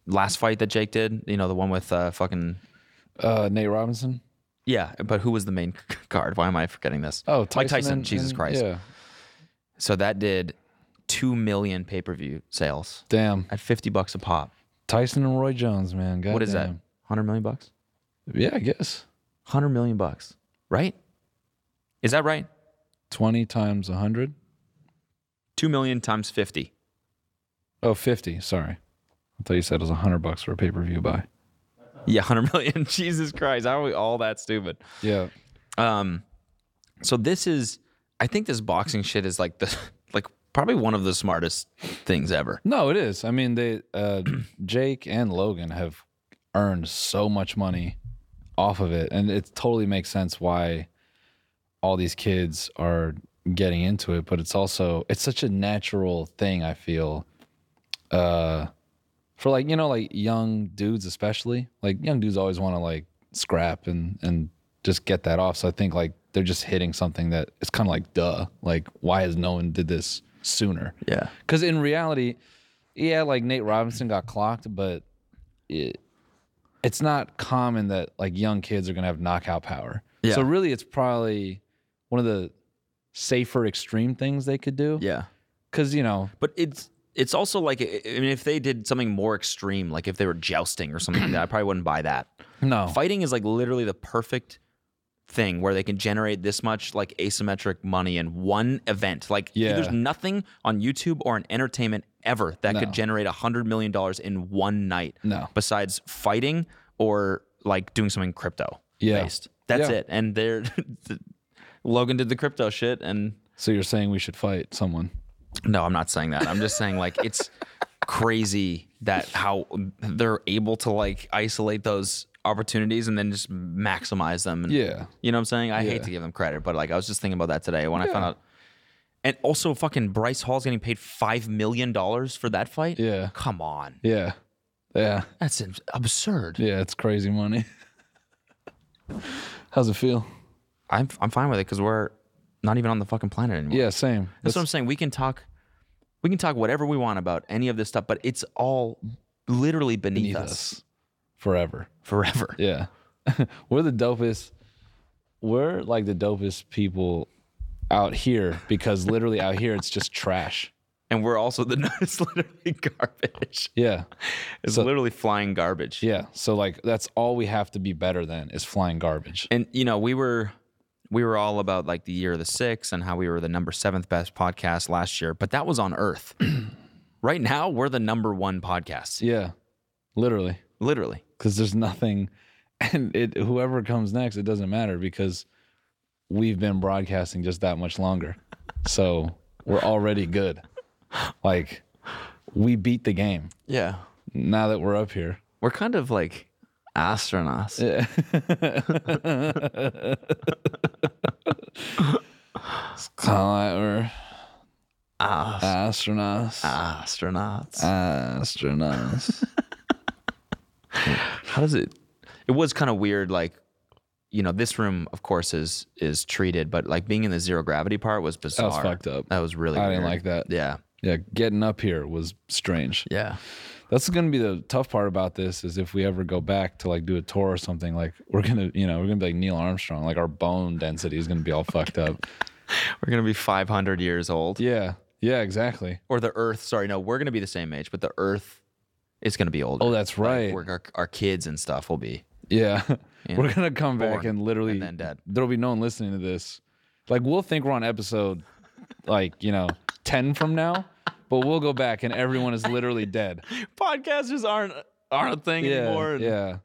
Speaker 2: last fight that Jake did. You know the one with uh fucking
Speaker 1: uh, Nate Robinson.
Speaker 2: yeah. But who was the main card? Why am I forgetting this?
Speaker 1: Oh,
Speaker 2: Mike Tyson.
Speaker 1: and-
Speaker 2: Jesus
Speaker 1: and-
Speaker 2: Christ.
Speaker 1: Yeah,
Speaker 2: So that did two million pay per view sales
Speaker 1: damn.
Speaker 2: at fifty bucks a pop.
Speaker 1: Tyson and Roy Jones, man. God
Speaker 2: what is that? Hundred million bucks.
Speaker 1: that? Yeah, I guess
Speaker 2: Hundred million bucks. Right? Is that right?
Speaker 1: twenty times hundred.
Speaker 2: Two million times fifty.
Speaker 1: Oh, 50. Sorry. I thought you said it was 100 bucks for a pay per view buy.
Speaker 2: Yeah, 100 million. Jesus Christ. How are we all that stupid?
Speaker 1: Yeah.
Speaker 2: Um, so this is, I think this boxing shit is like the, like probably one of the smartest things ever.
Speaker 1: No, it is. I mean, they, uh, Jake and Logan have earned so much money off of it. And it totally makes sense why all these kids are getting into it. But it's also, it's such a natural thing, I feel, uh, for like, you know, like young dudes, especially. Like, young dudes always want to like scrap and, and, just get that off. So I think like they're just hitting something that it's kind of like duh. Like why has no one did this sooner?
Speaker 2: Yeah.
Speaker 1: Because in reality, yeah, like Nate Robinson got clocked, but it, it's not common that like young kids are gonna have knockout power.
Speaker 2: Yeah.
Speaker 1: So really, it's probably one of the safer extreme things they could do.
Speaker 2: Yeah.
Speaker 1: Because you know,
Speaker 2: But it's, it's also like, I I mean, if they did something more extreme, like if they were jousting or something like that, I probably wouldn't buy that.
Speaker 1: no,
Speaker 2: Fighting is like literally the perfect thing where they can generate this much like asymmetric money in one event. Like
Speaker 1: Yeah.
Speaker 2: there's nothing on YouTube or in entertainment ever that could
Speaker 1: No.
Speaker 2: generate a hundred million dollars in one night.
Speaker 1: No.
Speaker 2: Besides fighting or like doing something crypto
Speaker 1: Yeah.
Speaker 2: based. That's
Speaker 1: Yeah.
Speaker 2: it. And they're Logan did the crypto shit and
Speaker 1: so you're saying we should fight someone?
Speaker 2: no, I'm not saying that. I'm just saying like it's crazy that how they're able to like isolate those opportunities and then just maximize them. And,
Speaker 1: Yeah.
Speaker 2: You know what I'm saying? I hate
Speaker 1: Yeah.
Speaker 2: to give them credit, but like I was just thinking about that today when I found
Speaker 1: Yeah.
Speaker 2: out. And also, fucking Bryce Hall's getting paid five million dollars for that fight.
Speaker 1: Yeah.
Speaker 2: Come on,
Speaker 1: Yeah, yeah,
Speaker 2: that's ab- absurd.
Speaker 1: yeah. It's crazy money. How's it feel?
Speaker 2: I'm I'm fine with it because we're not even on the fucking planet anymore.
Speaker 1: Yeah, same.
Speaker 2: That's what I'm saying. We can talk, we can talk whatever we want about any of this stuff, but it's all literally beneath,
Speaker 1: beneath
Speaker 2: us.
Speaker 1: us forever.
Speaker 2: forever.
Speaker 1: Yeah. we're the dopest. We're like the dopest people out here because literally out here it's just trash.
Speaker 2: And we're also the it's literally garbage.
Speaker 1: Yeah.
Speaker 2: It's literally flying garbage.
Speaker 1: Yeah. So like that's all we have to be better than is flying garbage.
Speaker 2: And you know, we were we were all about like the year of the six and how we were the number seventh best podcast last year, but that was on Earth. right now, we're the number one podcast,
Speaker 1: Yeah, literally.
Speaker 2: literally.
Speaker 1: because there's nothing and it whoever comes next it doesn't matter because we've been broadcasting just that much longer so we're already good like we beat the game
Speaker 2: Yeah.
Speaker 1: now that we're up here
Speaker 2: We're kind of like astronauts.
Speaker 1: Kinda like we're
Speaker 2: Ah,
Speaker 1: astronauts
Speaker 2: astronauts.
Speaker 1: Uh, astronauts
Speaker 2: How does it? It was kind of weird, like you know, this room, of course, is is treated, but like being in the zero gravity part was bizarre.
Speaker 1: fucked up.
Speaker 2: That was really.
Speaker 1: I didn't
Speaker 2: weird.
Speaker 1: like that.
Speaker 2: Yeah,
Speaker 1: yeah getting up here was strange
Speaker 2: yeah,
Speaker 1: that's going to be the tough part about this is if we ever go back to like do a tour or something like we're going to you know we're going to be like neil armstrong like our bone density is going to be all fucked up
Speaker 2: we're gonna be 500 years old,
Speaker 1: yeah yeah exactly
Speaker 2: or the Earth. Sorry, no, we're gonna be the same age, but the Earth is gonna be older.
Speaker 1: oh that's right
Speaker 2: We're, our, our kids and stuff will be.
Speaker 1: yeah
Speaker 2: Yeah.
Speaker 1: we're going to come back
Speaker 2: Born
Speaker 1: and literally
Speaker 2: and then dead.
Speaker 1: there'll be no one listening to this like we'll think we're on episode like you know 10 from now but we'll go back and everyone is literally dead
Speaker 2: Podcasters aren't aren't a thing
Speaker 1: yeah
Speaker 2: anymore.
Speaker 1: yeah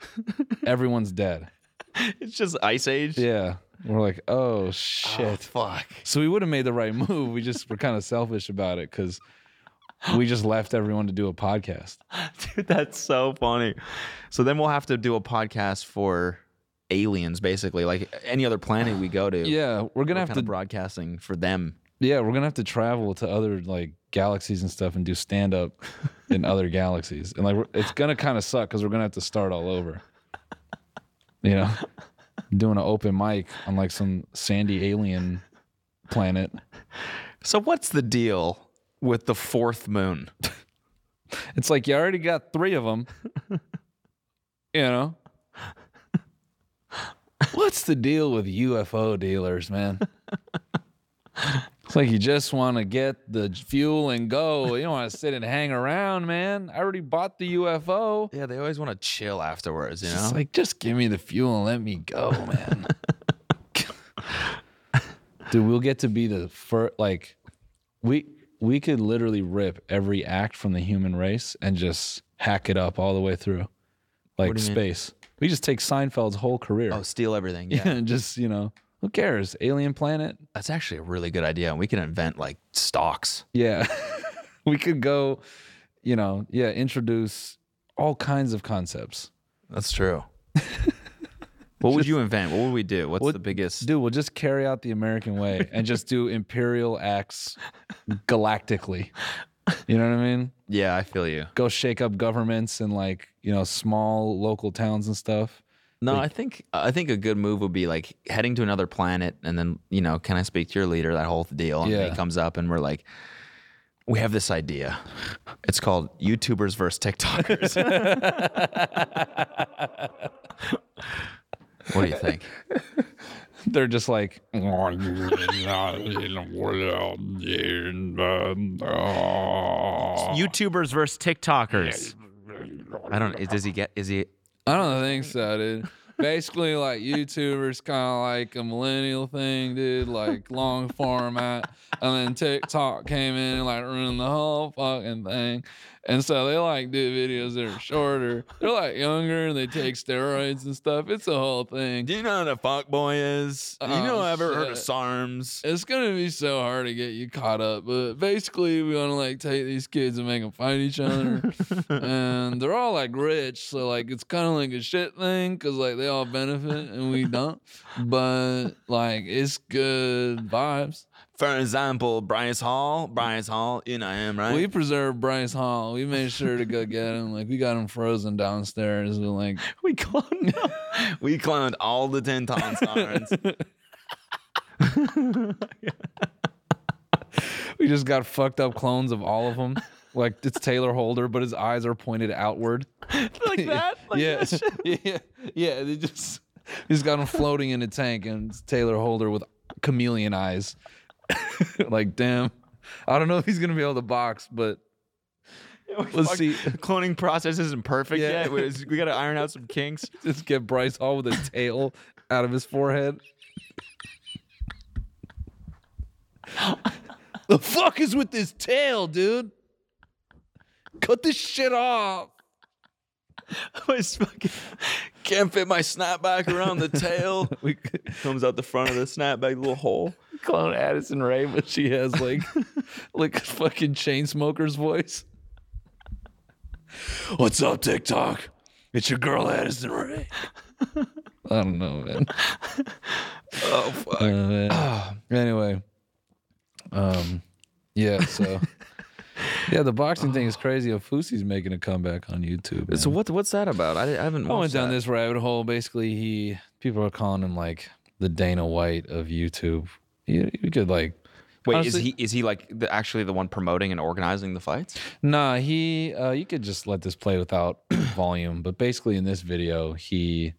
Speaker 1: everyone's dead
Speaker 2: It's just ice age.
Speaker 1: yeah we're like oh shit
Speaker 2: Ah, Fuck.
Speaker 1: So we would have made the right move. We just were kind of selfish about it because we just left everyone to do a podcast.
Speaker 2: Dude, that's so funny. So then we'll have to do a podcast for aliens, basically, like any other planet we go to.
Speaker 1: Yeah, we're
Speaker 2: we're
Speaker 1: gonna
Speaker 2: kind
Speaker 1: have to.
Speaker 2: of broadcasting for them.
Speaker 1: yeah, we're gonna have to travel to other like galaxies and stuff and do stand up in other galaxies. And like, we're, it's gonna kind of suck because we're gonna have to start all over. You know, doing an open mic on like some sandy alien planet.
Speaker 2: So what's the deal with the fourth moon?
Speaker 1: It's like you already got three of them. you know? What's the deal with UFO dealers, man? It's like you just want to get the fuel and go. You don't want to sit and hang around, man. I already bought the UFO.
Speaker 2: Yeah, they always want to chill afterwards, you
Speaker 1: It's
Speaker 2: know.
Speaker 1: just like, just give me the fuel and let me go, man. Dude, we'll get to be the first. Like, we we could literally rip every act from the human race and just hack it up all the way through, like
Speaker 2: do you mean?
Speaker 1: space. We just take Seinfeld's whole career
Speaker 2: oh, steal everything. Yeah.
Speaker 1: and just you know, who cares? Alien planet.
Speaker 2: That's actually a really good idea. And we can invent like stocks.
Speaker 1: Yeah. we could go, you know, yeah, introduce all kinds of concepts.
Speaker 2: That's true. what would you invent? What would we do? What's the biggest
Speaker 1: Dude, we'll just carry out the American way and just do imperial acts galactically. You know what I mean?
Speaker 2: Yeah, I feel you.
Speaker 1: Go shake up governments and like, you know, small local towns and stuff.
Speaker 2: No, I think I think a good move would be like heading to another planet, and then you know, can I speak to your leader? That whole deal, and
Speaker 1: Yeah.
Speaker 2: he comes up, and we're like, we have this idea. It's called YouTubers versus TikTokers. what do you think?
Speaker 1: They're just like,
Speaker 2: oh. YouTubers versus TikTokers. I don't. Is, does he get? Is he?
Speaker 1: I don't think so, dude. Basically, like YouTubers, kind of like a millennial thing, dude. Like long format, and then TikTok came in and like ruined the whole fucking thing. And so they like do videos that are shorter. They're like younger and they take steroids and stuff. It's a whole thing.
Speaker 2: Do you know what a fuck boy is? Do you
Speaker 1: Oh,
Speaker 2: know ever heard of
Speaker 1: shit.
Speaker 2: SARMs?
Speaker 1: It's gonna be so hard to get you caught up, but basically we want to like take these kids and make them fight each other, and they're all like rich, so like it's kind of like a shit thing because like they all benefit and we don't, but like it's good vibes.
Speaker 2: For example, Bryce Hall. Bryce Hall. You know him, right?
Speaker 1: We preserve Bryce Hall. We made sure to go get him. Like we got him frozen downstairs. We're like,
Speaker 2: We cloned. we cloned all the ten ton stars.
Speaker 1: we just got fucked up clones of all of them. Like it's Taylor Holder, but his eyes are pointed outward.
Speaker 2: like that.
Speaker 1: yeah, yeah, yeah. They just just got him floating in a tank, and it's Taylor Holder with chameleon eyes. like, damn, I don't know if he's gonna be able to box, but let's see.
Speaker 2: Cloning process isn't perfect
Speaker 1: Yeah.
Speaker 2: yet. We, got to iron out some kinks.
Speaker 1: Just get Bryce Hall with a tail out of his forehead. the fuck is with this tail, dude? Cut this shit off.
Speaker 2: I fucking can't fit my snapback around the tail.
Speaker 1: We
Speaker 2: Comes out the front of the snapback, little hole.
Speaker 1: clone Addison Ray, but she has like like a fucking chain smoker's voice. What's up, TikTok? It's your girl Addison Ray. I don't know, man.
Speaker 2: Oh, fuck. Ah.
Speaker 1: Uh, man. anyway, um, yeah. So, yeah, the boxing thing is crazy. Ofusi's making a comeback on YouTube.
Speaker 2: So
Speaker 1: man.
Speaker 2: what? What's that about? I, I haven't.
Speaker 1: I
Speaker 2: Watched
Speaker 1: went down
Speaker 2: that.
Speaker 1: this rabbit hole. Basically, he people are calling him like the Dana White of YouTube. You, you could like,
Speaker 2: Wait,
Speaker 1: honestly-
Speaker 2: is he is he like the, actually the one promoting and organizing the fights?
Speaker 1: nah, he. Uh, you could just let this play without volume. But basically, in this video, he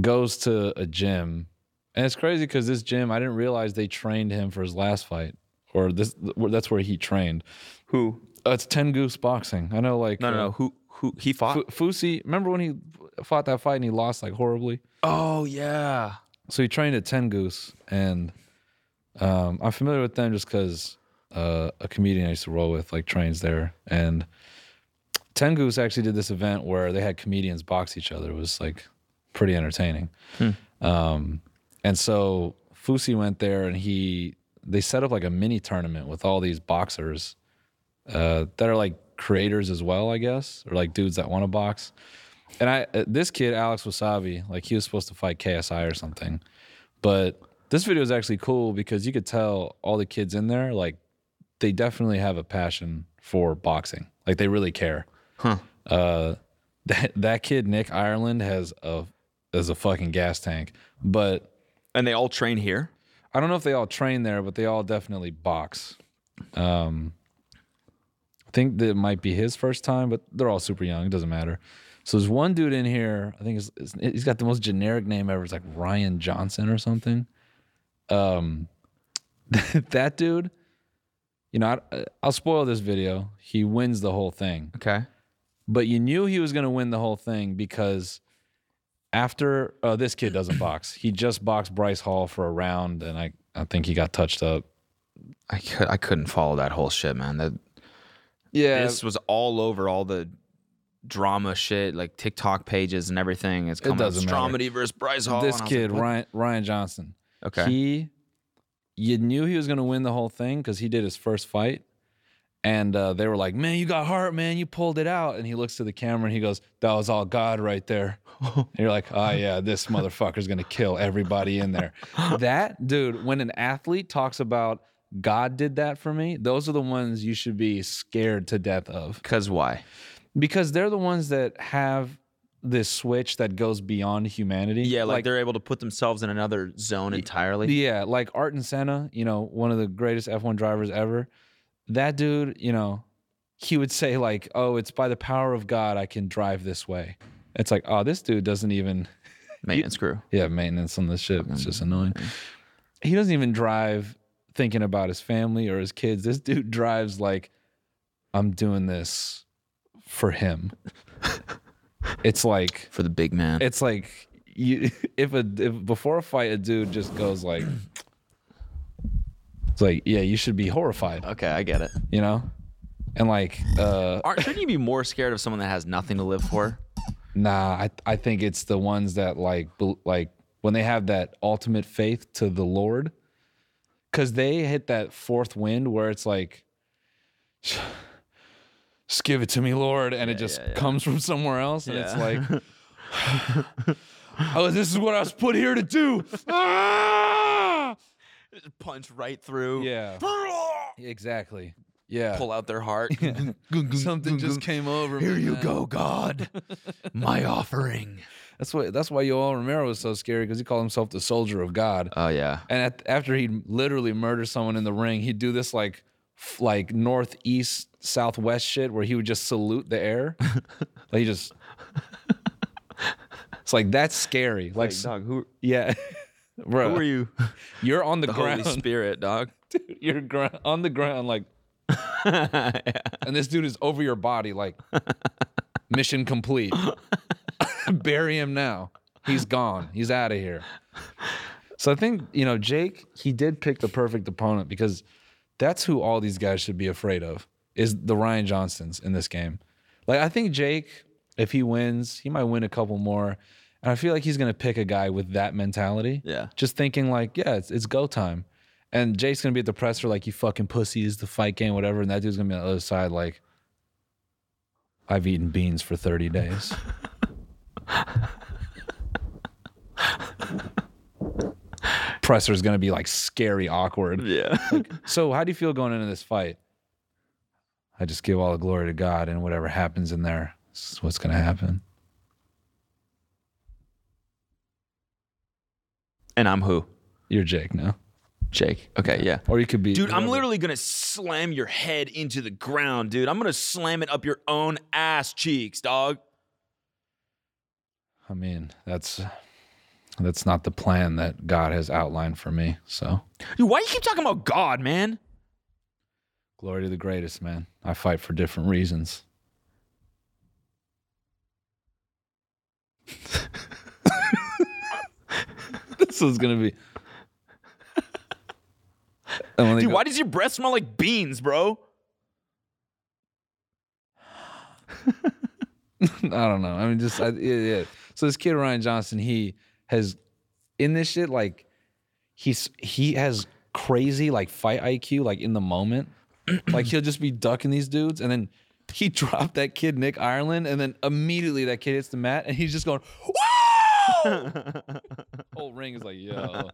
Speaker 1: goes to a gym, and it's crazy because this gym, I didn't realize they trained him for his last fight, or this. That's where he trained.
Speaker 2: Who?
Speaker 1: Uh, it's Ten Goose Boxing. I know, like
Speaker 2: No, no,
Speaker 1: uh,
Speaker 2: no. Who? Who? He fought.
Speaker 1: Fu- Fusi. Remember when he fought that fight and he lost like horribly?
Speaker 2: Oh yeah.
Speaker 1: So he trained at Ten Goose, and um, I'm familiar with them just because uh, a comedian I used to roll with like trains there. And Ten Goose actually did this event where they had comedians box each other. It was like pretty entertaining. Um, and so Fusi went there, and he they set up like a mini tournament with all these boxers uh, that are like creators as well, I guess, or like dudes that want to box. And I, uh, this kid Alex Wasabi, like he was supposed to fight KSI or something, but this video is actually cool because you could tell all the kids in there, like they definitely have a passion for boxing, like they really care. Huh. Uh, that that kid Nick Ireland has a is a fucking gas tank, but
Speaker 2: And they all train here.
Speaker 1: I don't know if they all train there, but they all definitely box. Um, I think that it might be his first time, but they're all super young. It doesn't matter. So there's one dude in here. I think it's, it's, he's got the most generic name ever. It's like Ryan Johnson or something. Um, that dude. You know, I, I'll spoil this video. He wins the whole thing
Speaker 2: Okay.
Speaker 1: but you knew he was going to win the whole thing because after uh, this kid doesn't box, he just boxed Bryce Hall for a round, and I, I think he got touched up.
Speaker 2: I cou- I couldn't follow that whole shit, man. That
Speaker 1: Yeah,
Speaker 2: this was all over all the drama shit, like TikTok pages and everything. It's
Speaker 1: It
Speaker 2: coming. It
Speaker 1: doesn't matter.
Speaker 2: Stromedy versus Bryce Hall.
Speaker 1: this
Speaker 2: and I was
Speaker 1: kid
Speaker 2: like, what?
Speaker 1: Ryan Ryan Johnson.
Speaker 2: Okay.
Speaker 1: He, you knew he was going to win the whole thing because he did his first fight, and uh, they were like, "Man, you got heart, man. You pulled it out." And he looks to the camera and he goes, "That was all God right there." and you're like, "Oh yeah, this motherfucker's going to kill everybody in there." that dude, when an athlete talks about God did that for me, those are the ones you should be scared to death of
Speaker 2: Because why?
Speaker 1: because they're the ones that have this switch that goes beyond humanity.
Speaker 2: Yeah, like, they're able to put themselves in another zone entirely.
Speaker 1: Yeah, like Art and Senna, you know, one of the greatest F1 drivers ever. That dude, you know, he would say like, "Oh, it's by the power of God I can drive this way." It's like, "Oh, this dude doesn't even
Speaker 2: Maintenance crew.
Speaker 1: yeah, maintenance on this ship. It's just annoying. He doesn't even drive thinking about his family or his kids. This dude drives like, I'm doing this for him. it's like,
Speaker 2: for the big man.
Speaker 1: it's like you if a if before a fight a dude just goes like, it's like yeah, you should be horrified,
Speaker 2: okay, I get it.
Speaker 1: you know, and like uh
Speaker 2: Aren't shouldn't you be more scared of someone that has nothing to live for?
Speaker 1: Nah, I I think it's the ones that like bel- like when they have that ultimate faith to the Lord, because they hit that fourth wind where it's like, just give it to me, Lord, and it just comes from somewhere else, and it's
Speaker 2: Yeah.
Speaker 1: like, oh, this is what I was put here to do. Ah!
Speaker 2: Punch right through.
Speaker 1: Yeah, exactly. Yeah,
Speaker 2: Pull out their heart.
Speaker 1: something just came over.
Speaker 2: Here
Speaker 1: me,
Speaker 2: you
Speaker 1: man.
Speaker 2: go, God. My offering.
Speaker 1: That's why. That's why Yoel Romero was so scary because he called himself the Soldier of God.
Speaker 2: Oh yeah.
Speaker 1: And at, after he'd literally murder someone in the ring, he'd do this like f- like northeast southwest shit where he would just salute the air. like he just It's like that's scary. Like s-
Speaker 2: dog, who,
Speaker 1: yeah. Bro,
Speaker 2: who are you?
Speaker 1: you? are on the,
Speaker 2: The
Speaker 1: ground.
Speaker 2: Holy Spirit, dog.
Speaker 1: You're gr- on the ground like and this dude is over your body like mission complete. Bury him now. He's gone. He's out of here. So I think, you know, Jake, he did pick the perfect opponent because that's who all these guys should be afraid of is the Ryan Johnsons in this game. Like I think Jake, if he wins, he might win a couple more. And I feel like he's going to pick a guy with that mentality.
Speaker 2: Yeah.
Speaker 1: Just thinking like, yeah, it's, it's go time. And Jake's going to be at the presser like, you fucking pussy this is the fight game, whatever. And that dude's going to be on the other side like, I've eaten beans for 30 days. Presser is going to be like scary awkward.
Speaker 2: Yeah.
Speaker 1: So, how do you feel going into this fight? I just give all the glory to God, and whatever happens in there is what's going to happen.
Speaker 2: and I'm who?
Speaker 1: You're Jake now,
Speaker 2: Jake. Okay, yeah.
Speaker 1: or you could be
Speaker 2: Dude, I'm
Speaker 1: whatever.
Speaker 2: literally gonna slam your head into the ground, dude. I'm gonna slam it up your own ass cheeks, dog.
Speaker 1: I mean, that's that's not the plan that God has outlined for me. So,
Speaker 2: Dude, why you keep talking about God, man?
Speaker 1: glory to the greatest, man. I fight for different reasons. this is going to be. I wanna
Speaker 2: Dude,
Speaker 1: go-
Speaker 2: why does your breath smell like beans, bro?
Speaker 1: I don't know. I mean, just I, yeah, yeah. So this kid Ryan Johnson, he has in this shit like he's he has crazy like fight IQ like in the moment. like he'll just be ducking these dudes, and then he dropped that kid Nick Ireland, and then immediately that kid hits the mat, and he's just going, "Whoa!" Whole ring is like, "Yo."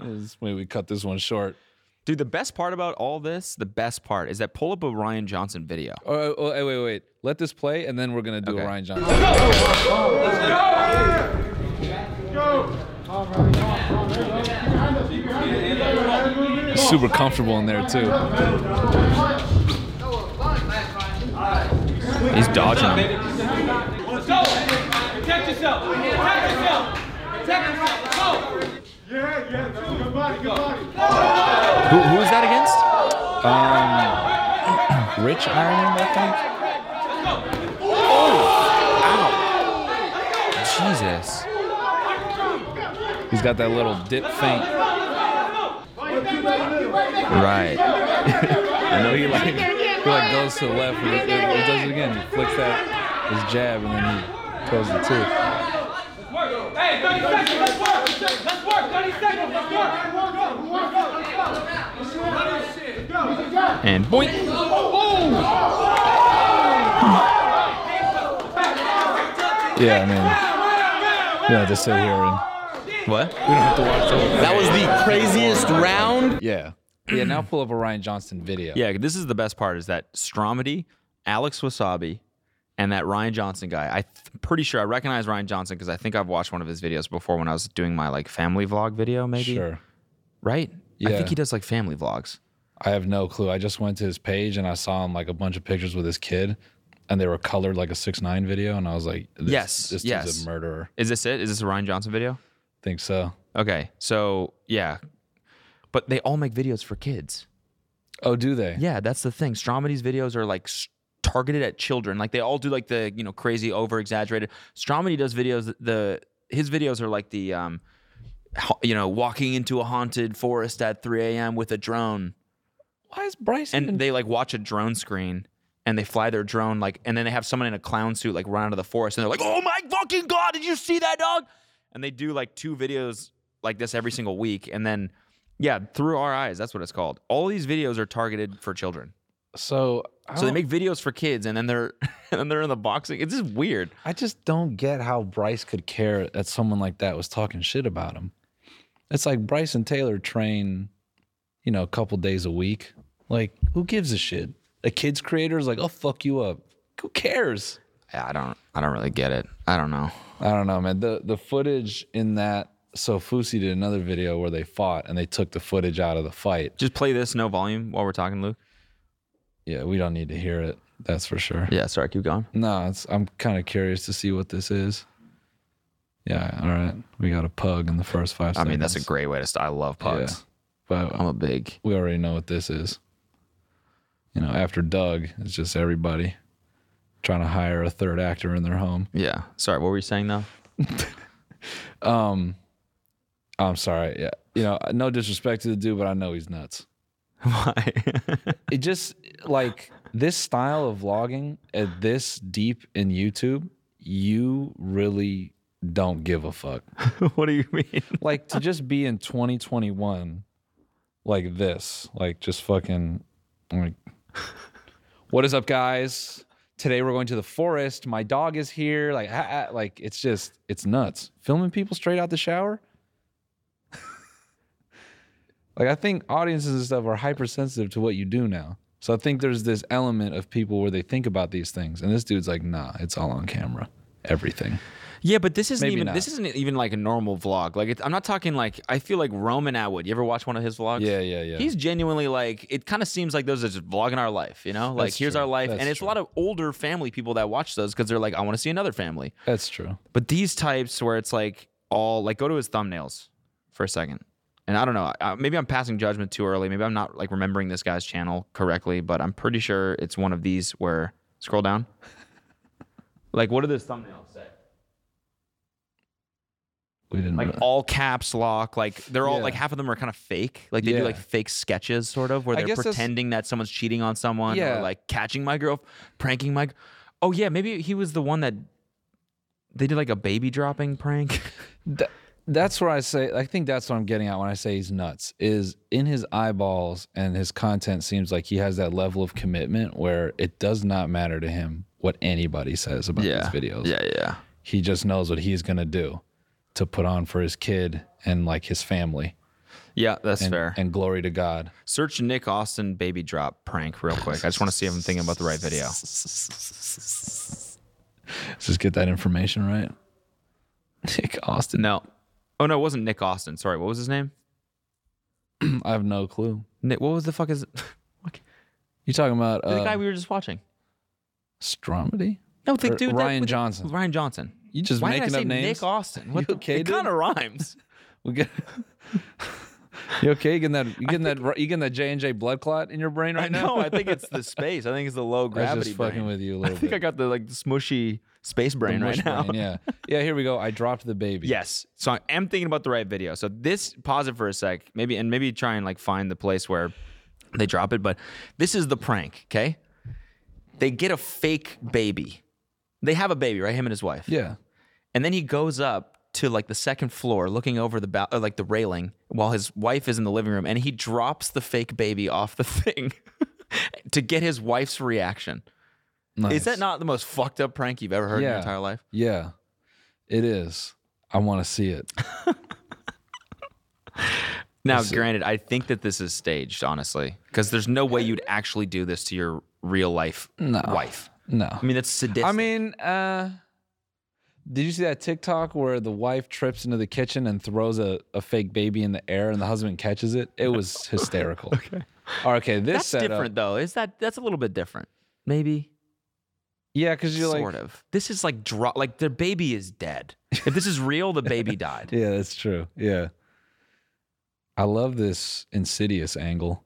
Speaker 1: This way we cut this one short.
Speaker 2: Dude, the best part about all this, the best part is that pull up a Ryan Johnson video.
Speaker 1: Oh, oh, oh, wait, wait. Let this play, and then we're gonna do
Speaker 2: Okay.
Speaker 1: a Ryan Johnson. Super comfortable in there too.
Speaker 2: He's dodging him.
Speaker 7: Protect yourself. Protect yourself. Protect yourself. Go.
Speaker 2: Who, who is that against? Um,
Speaker 1: Rich Ireland, I
Speaker 2: Oh, Jesus.
Speaker 1: think. He's got that little dip feint.
Speaker 2: Right.
Speaker 1: I know he like he like goes to the left. With it, it, it does it again. He flicks that his jab, and then he throws the two.
Speaker 7: Let's work. Hey, 30 seconds. Let's work. Let's work. 30 seconds. Let's work. Let's go. Let's go.
Speaker 2: And boink.
Speaker 1: Yeah, I mean, we don't have to sit here and
Speaker 2: What?
Speaker 1: we don't have to watch the whole thing.
Speaker 8: That was the craziest round.
Speaker 1: Yeah. Yeah, now pull up a Ryan Johnston video.
Speaker 2: Yeah, this is the best part is that Stromedy, Alex Wasabi, and that Ryan Johnson guy. I th- pretty sure I recognize Ryan Johnson because I think I've watched one of his videos before when I was doing my like family vlog video, maybe.
Speaker 1: Sure.
Speaker 2: Right? I
Speaker 1: Yeah.
Speaker 2: think he does like family vlogs.
Speaker 1: I have no clue. I just went to his page and I saw him like a bunch of pictures with his kid and they were colored like a six nine video and I was like, this,
Speaker 2: Yes,
Speaker 1: this
Speaker 2: yes.
Speaker 1: dude's a murderer.
Speaker 2: Is this it? Is this a Ryan Johnson video?
Speaker 1: think so.
Speaker 2: Okay. So yeah. But they all make videos for kids.
Speaker 1: Oh, do they?
Speaker 2: Yeah, that's the thing. Stromedy's videos are like s- targeted at children. Like they all do like the you know crazy over exaggerated. Stromedy does videos. th- The his videos are like the um, ho- you know, walking into a haunted forest at 3 a.m. with a drone,
Speaker 1: Why is Bryce even-
Speaker 2: and they like watch a drone screen. And they fly their drone like, and then they have someone in a clown suit like run out of the forest, and they're like, "Oh my fucking god, did you see that dog?" And they do like two videos like this every single week, and then, yeah, through our eyes, that's what it's called. All these videos are targeted for children.
Speaker 1: so I,
Speaker 2: So they
Speaker 1: don't-
Speaker 2: make videos for kids, and then they're and then they're in the boxing. It's just weird.
Speaker 1: I just don't get how Bryce could care that someone like that was talking shit about him. It's like Bryce and Taylor train, you know, a couple days a week. Like, who gives a shit? A kid's creator is like, I'll fuck you up. Who cares?
Speaker 2: Yeah, I don't I don't really get it. I don't know.
Speaker 1: I don't know, man. The the footage in that so Fusi did another video where they fought and they took the footage out of the fight.
Speaker 2: Just play this no volume while we're talking, Luke.
Speaker 1: Yeah, we don't need to hear it. That's for sure.
Speaker 2: Yeah, sorry, keep going.
Speaker 1: No, it's, I'm kind of curious to see what this is. Yeah, all right. We got a pug in the first five
Speaker 2: I
Speaker 1: seconds.
Speaker 2: mean, that's a great way to start. I love pugs.
Speaker 1: Yeah. But um,
Speaker 2: I'm a big
Speaker 1: we already know what this is. You know, after Doug, it's just everybody trying to hire a third actor in their home.
Speaker 2: yeah. Sorry, what were you saying though?
Speaker 1: I'm sorry. Yeah. You know, no disrespect to the dude, but I know he's nuts.
Speaker 2: Why?
Speaker 1: It just like this style of vlogging at this deep in YouTube, you really don't give a fuck.
Speaker 2: what do you mean?
Speaker 1: like to just be in 2021 like this like just fucking like what is up guys today we're going to the forest my dog is here like ha- ha- like it's just it's nuts filming people straight out the shower like i think audiences and stuff are hypersensitive to what you do now so i think there's this element of people where they think about these things and this dude's like nah it's all on camera everything
Speaker 2: Yeah, but this isn't
Speaker 1: Maybe
Speaker 2: even
Speaker 1: not.
Speaker 2: this isn't even like a normal vlog. Like it's, I'm not talking like I feel like Roman Atwood. You ever watch one of his vlogs?
Speaker 1: Yeah, yeah, yeah.
Speaker 2: He's genuinely like it. Kind of seems like those are just vlogging our life. You know, like
Speaker 1: That's
Speaker 2: here's
Speaker 1: true.
Speaker 2: our life,
Speaker 1: That's
Speaker 2: and it's a lot of older family people that watch those because they're like, I want to see another family.
Speaker 1: that's true
Speaker 2: But these types where it's like all like go to his thumbnails for a second. And I don't know, I, maybe I'm passing judgment too early. Maybe I'm not like remembering this guy's channel correctly, but I'm pretty sure it's one of these where scroll down. like what do those thumbnails say?
Speaker 1: we didn't
Speaker 2: Like
Speaker 1: really-
Speaker 2: all caps lock, like they're all
Speaker 1: Yeah.
Speaker 2: like half of them are kind of fake. Like they
Speaker 1: Yeah.
Speaker 2: do like fake sketches sort of where
Speaker 1: I
Speaker 2: they're
Speaker 1: guess that's-
Speaker 2: pretending that someone's cheating on someone
Speaker 1: Yeah.
Speaker 2: or like catching my girl, pranking my Oh yeah, maybe he was the one that they did like a baby dropping prank.
Speaker 1: Th- that's where I say I think that's what I'm getting at when I say he's nuts is in his eyeballs and his content seems like he has that level of commitment where it does not matter to him what anybody says about these videos.
Speaker 2: Yeah, yeah.
Speaker 1: He just knows what he's going to do to put on for his kid and like his family
Speaker 2: Yeah, that's
Speaker 1: and,
Speaker 2: fair.
Speaker 1: and glory to God.
Speaker 2: Search Nick Austin baby drop prank real quick. I just want to see if I'm thinking about the right video.
Speaker 1: Let's just get that information right. Nick Austin.
Speaker 2: No. Oh no, it wasn't Nick Austin. Sorry, what was his name?
Speaker 1: I have no clue.
Speaker 2: Nick what was the fuck is
Speaker 1: You talking about
Speaker 2: the
Speaker 1: uh,
Speaker 2: guy we were just watching?
Speaker 1: Stromedy?
Speaker 2: No, the
Speaker 1: or
Speaker 2: dude that-
Speaker 1: Ryan
Speaker 2: with the-
Speaker 1: Johnson.
Speaker 2: Ryan Johnson.
Speaker 1: You just
Speaker 2: Why
Speaker 1: making
Speaker 2: did I
Speaker 1: up
Speaker 2: say
Speaker 1: names?
Speaker 2: Nick Austin. What
Speaker 1: You
Speaker 2: the,
Speaker 1: okay,
Speaker 2: It
Speaker 1: dude?
Speaker 2: kind of rhymes.
Speaker 1: We get. you okay? You getting that? You getting that? You getting that J and J blood clot in your brain right
Speaker 2: I know.
Speaker 1: now?
Speaker 2: I think it's the space. I think it's the low
Speaker 1: I
Speaker 2: gravity.
Speaker 1: was just fucking
Speaker 2: brain.
Speaker 1: with you a
Speaker 2: I
Speaker 1: little
Speaker 2: think I
Speaker 1: bit.
Speaker 2: got the like smushy space brain right
Speaker 1: Mush
Speaker 2: now.
Speaker 1: brain, yeah, yeah. Here we go. I dropped the baby.
Speaker 2: Yes. So I am thinking about the right video. So this pause it for a sec, maybe and maybe try and like find the place where they drop it. But this is the prank, okay? They get a fake baby. They have a baby, right? Him and his wife.
Speaker 1: Yeah.
Speaker 2: And then he goes up to like the second floor, looking over the ba- or, like the railing, while his wife is in the living room, and he drops the fake baby off the thing to get his wife's reaction. Is
Speaker 1: Nice.
Speaker 2: that not the most fucked up prank you've ever heard in your
Speaker 1: Yeah.
Speaker 2: entire life?
Speaker 1: Yeah, it is. I want to see it.
Speaker 2: Now, granted, I think that this is staged, honestly, because there's no way you'd actually do this to your real life wife.
Speaker 1: No.
Speaker 2: I mean, that's sadistic.
Speaker 1: I mean, uh, did you see that TikTok where the wife trips into the kitchen and throws a, a fake baby in the air and the husband catches it? It was hysterical. okay. Okay. This
Speaker 2: that's
Speaker 1: setup.
Speaker 2: different, though. Is that that's a little bit different? Maybe,
Speaker 1: Yeah, because you're
Speaker 2: sort
Speaker 1: like.
Speaker 2: of. This is like draw. Like the baby is dead. If this is real, the baby died.
Speaker 1: Yeah, that's true. Yeah. I love this insidious angle.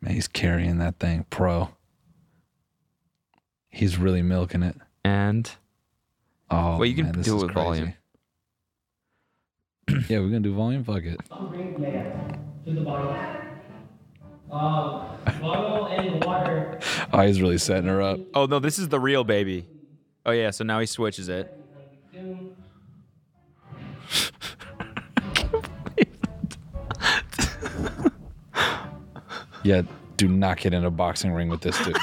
Speaker 1: Man, he's carrying that thing pro. He's really milking it.
Speaker 2: And
Speaker 1: Oh,
Speaker 2: Well, you can
Speaker 1: man, this
Speaker 2: do it
Speaker 1: is
Speaker 2: with
Speaker 1: crazy.
Speaker 2: volume.
Speaker 1: yeah, we're gonna do volume. Fuck it.
Speaker 9: Bring layer to the bottle. Uh, bottle and water.
Speaker 1: Oh, he's really setting her up.
Speaker 2: oh no, this is the real baby. Oh yeah, so now he switches it.
Speaker 1: Yeah, do not get in a boxing ring with this dude.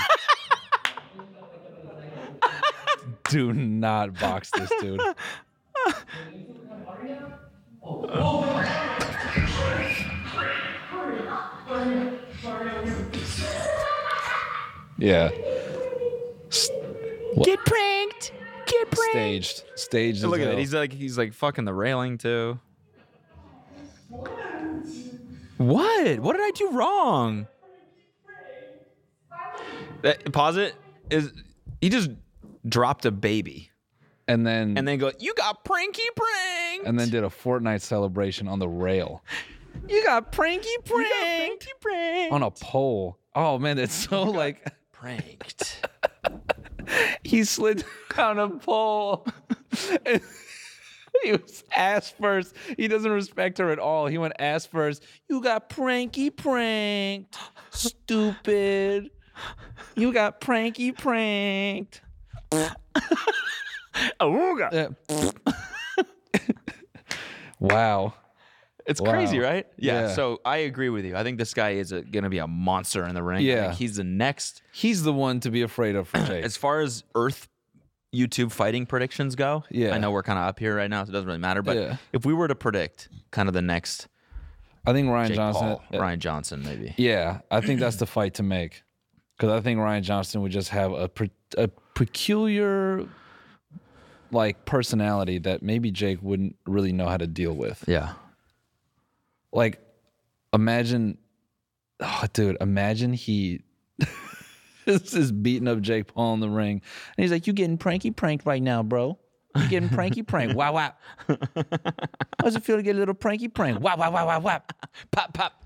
Speaker 1: do not box this dude. yeah. S-
Speaker 2: Get pranked. Get pranked.
Speaker 1: staged. Staged.
Speaker 2: Look
Speaker 1: as
Speaker 2: at that.
Speaker 1: hell.
Speaker 2: He's like he's like fucking the railing too. What? What did I do wrong? That, pause it. Is he just dropped a baby
Speaker 1: and then
Speaker 2: and then go? You got pranky pranked.
Speaker 1: and then did a Fortnite celebration on the rail.
Speaker 2: you got pranky pranked. You got pranky pranked.
Speaker 1: on a pole. Oh man, that's so like
Speaker 2: pranked.
Speaker 1: he slid down a pole. And he was ass first. He doesn't respect her at all. He went ass first. You got pranky pranked. Stupid. You got pranky pranked. Yeah. wow.
Speaker 2: It's
Speaker 1: Wow.
Speaker 2: crazy, right?
Speaker 1: Yeah.
Speaker 2: Yeah, So I agree with you. I think this guy is a, gonna be a monster in the ring. I
Speaker 1: Yeah.
Speaker 2: think he's the next.
Speaker 1: He's the one to be afraid of for Jake.
Speaker 2: As far as Earth YouTube fighting predictions go,
Speaker 1: Yeah.
Speaker 2: I know we're kind of up here right now, so it doesn't really matter. But
Speaker 1: Yeah.
Speaker 2: if we were to predict kind of the next
Speaker 1: I think Ryan
Speaker 2: Jake
Speaker 1: Johnson.
Speaker 2: Paul, Ryan Johnson, maybe.
Speaker 1: Yeah, I think that's the fight to make. Because I think Ryan Johnson would just have a, pre- a peculiar like personality that maybe Jake wouldn't really know how to deal with.
Speaker 2: Yeah.
Speaker 1: Like, imagine, oh, dude, imagine he is just beating up Jake Paul in the ring, and he's like, "You getting pranky pranked right now, bro? You getting pranky pranked? Wow, wow. How does it feel to get a little pranky pranked? Wow, wow, wow, wow, wow.
Speaker 2: Pop, pop,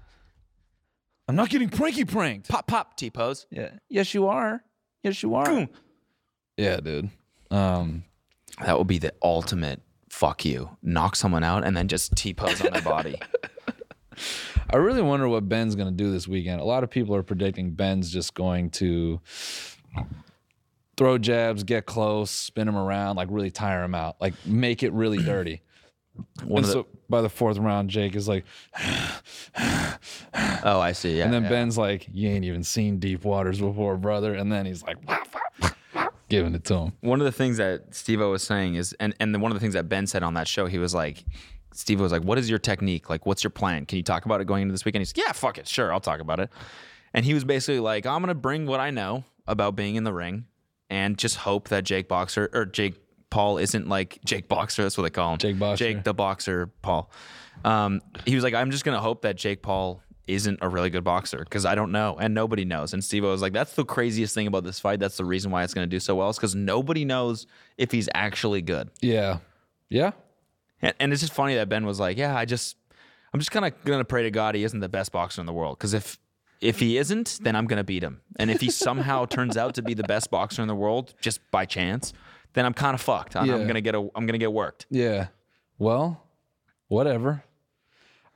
Speaker 1: I'm not getting pranky pranked.
Speaker 2: pop, pop. T pose.
Speaker 1: Yeah. Yes, you are. Yes, you are. yeah, dude. Um,
Speaker 2: That would be the ultimate fuck you. Knock someone out and then just T pose on their body.
Speaker 1: I really wonder what Ben's going to do this weekend. A lot of people are predicting Ben's just going to throw jabs, get close, spin him around, like really tire him out, like make it really dirty. and
Speaker 2: One of the-
Speaker 1: so by the fourth round, Jake is like,
Speaker 2: oh, I see. Yeah.
Speaker 1: and then
Speaker 2: yeah.
Speaker 1: Ben's like, "You ain't even seen deep waters before, brother." And then he's like, giving it to him.
Speaker 2: one of the things that Steve O was saying is, and, and then one of the things that Ben said on that show, he was like, Steve was like, what is your technique? Like, what's your plan? Can you talk about it going into this weekend? He's like, yeah, fuck it. Sure. I'll talk about it. And he was basically like, I'm going to bring what I know about being in the ring and just hope that Jake Boxer or Jake Paul isn't like Jake Boxer. That's what they call him.
Speaker 1: Jake Boxer.
Speaker 2: Jake the Boxer Paul. Um, he was like, I'm just going to hope that Jake Paul isn't a really good boxer because I don't know and nobody knows. And Steve was like, that's the craziest thing about this fight. That's the reason why it's going to do so well is because nobody knows if he's actually good.
Speaker 1: Yeah, yeah,
Speaker 2: And, and it's just funny that Ben was like, "Yeah, I just, I'm just kind of gonna pray to God he isn't the best boxer in the world. Because if if he isn't, then I'm gonna beat him. And if he somehow turns out to be the best boxer in the world just by chance, then I'm kind of fucked. I'm, I'm
Speaker 1: Yeah.
Speaker 2: gonna get a, I'm gonna get worked.
Speaker 1: yeah. Well, whatever.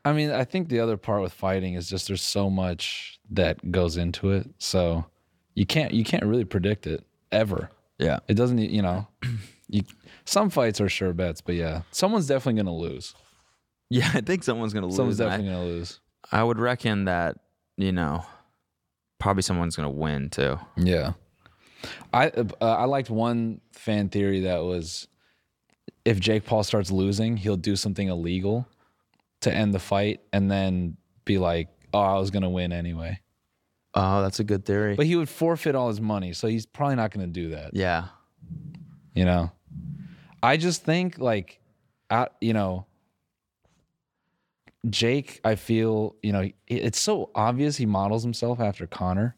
Speaker 1: I mean, I think the other part with fighting is just there's so much that goes into it, so you can't you can't really predict it ever.
Speaker 2: Yeah.
Speaker 1: It doesn't, you know. You, some fights are sure bets, but yeah, someone's definitely gonna lose.
Speaker 2: Yeah, I think someone's gonna lose.
Speaker 1: Someone's
Speaker 2: and I-
Speaker 1: definitely gonna lose.
Speaker 2: I would reckon that you know, probably someone's gonna win too.
Speaker 1: Yeah, I uh, I liked one fan theory that was if Jake Paul starts losing, he'll do something illegal to end the fight, and then be like, "Oh, I was gonna win anyway."
Speaker 2: Oh, that's a good theory.
Speaker 1: But he would forfeit all his money, so he's probably not gonna do that.
Speaker 2: yeah,
Speaker 1: You know, I just think like, I, you know, Jake, I feel, you know, it- it's so obvious he models himself after Connor.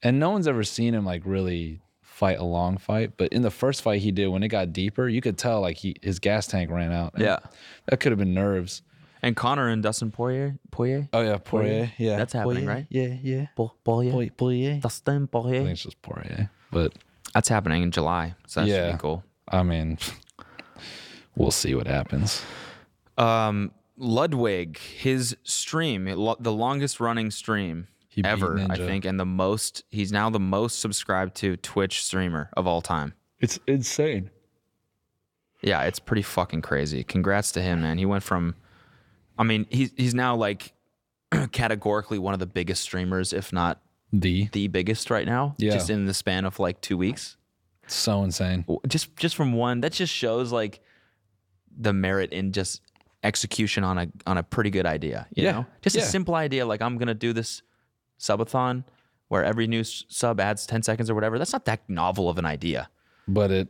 Speaker 1: And no one's ever seen him like really fight a long fight. But in the first fight he did, when it got deeper, you could tell like he, his gas tank ran out. And
Speaker 2: Yeah.
Speaker 1: That could have been nerves.
Speaker 2: and Connor and Dustin Poirier, Poirier,
Speaker 1: Oh, yeah. Poirier. Yeah.
Speaker 2: that's happening, right?
Speaker 1: Yeah. Yeah.
Speaker 2: Po- Poirier,
Speaker 1: Poirier. I
Speaker 2: Dustin Poirier.
Speaker 1: think it's just Poirier. But
Speaker 2: That's happening in July, so that should
Speaker 1: Yeah.
Speaker 2: be cool.
Speaker 1: I mean, we'll see what happens.
Speaker 2: Um, Ludwig, his stream, lo- the longest running stream
Speaker 1: He beat
Speaker 2: ever, I
Speaker 1: Ninja.
Speaker 2: think, and the most. He's now the most subscribed to Twitch streamer of all time.
Speaker 1: It's insane.
Speaker 2: Yeah, it's pretty fucking crazy. Congrats to him, man. He went from, I mean, he's he's now like categorically one of the biggest streamers, if not
Speaker 1: The
Speaker 2: the biggest right now.
Speaker 1: Yeah.
Speaker 2: just in the span of like two weeks.
Speaker 1: so insane.
Speaker 2: w- just just from one that just shows like the merit in just execution on a on a pretty good idea you
Speaker 1: Yeah.
Speaker 2: know just
Speaker 1: Yeah.
Speaker 2: a simple idea like i'm gonna do this subathon where every new s- sub adds 10 seconds or whatever that's not that novel of an idea
Speaker 1: But it,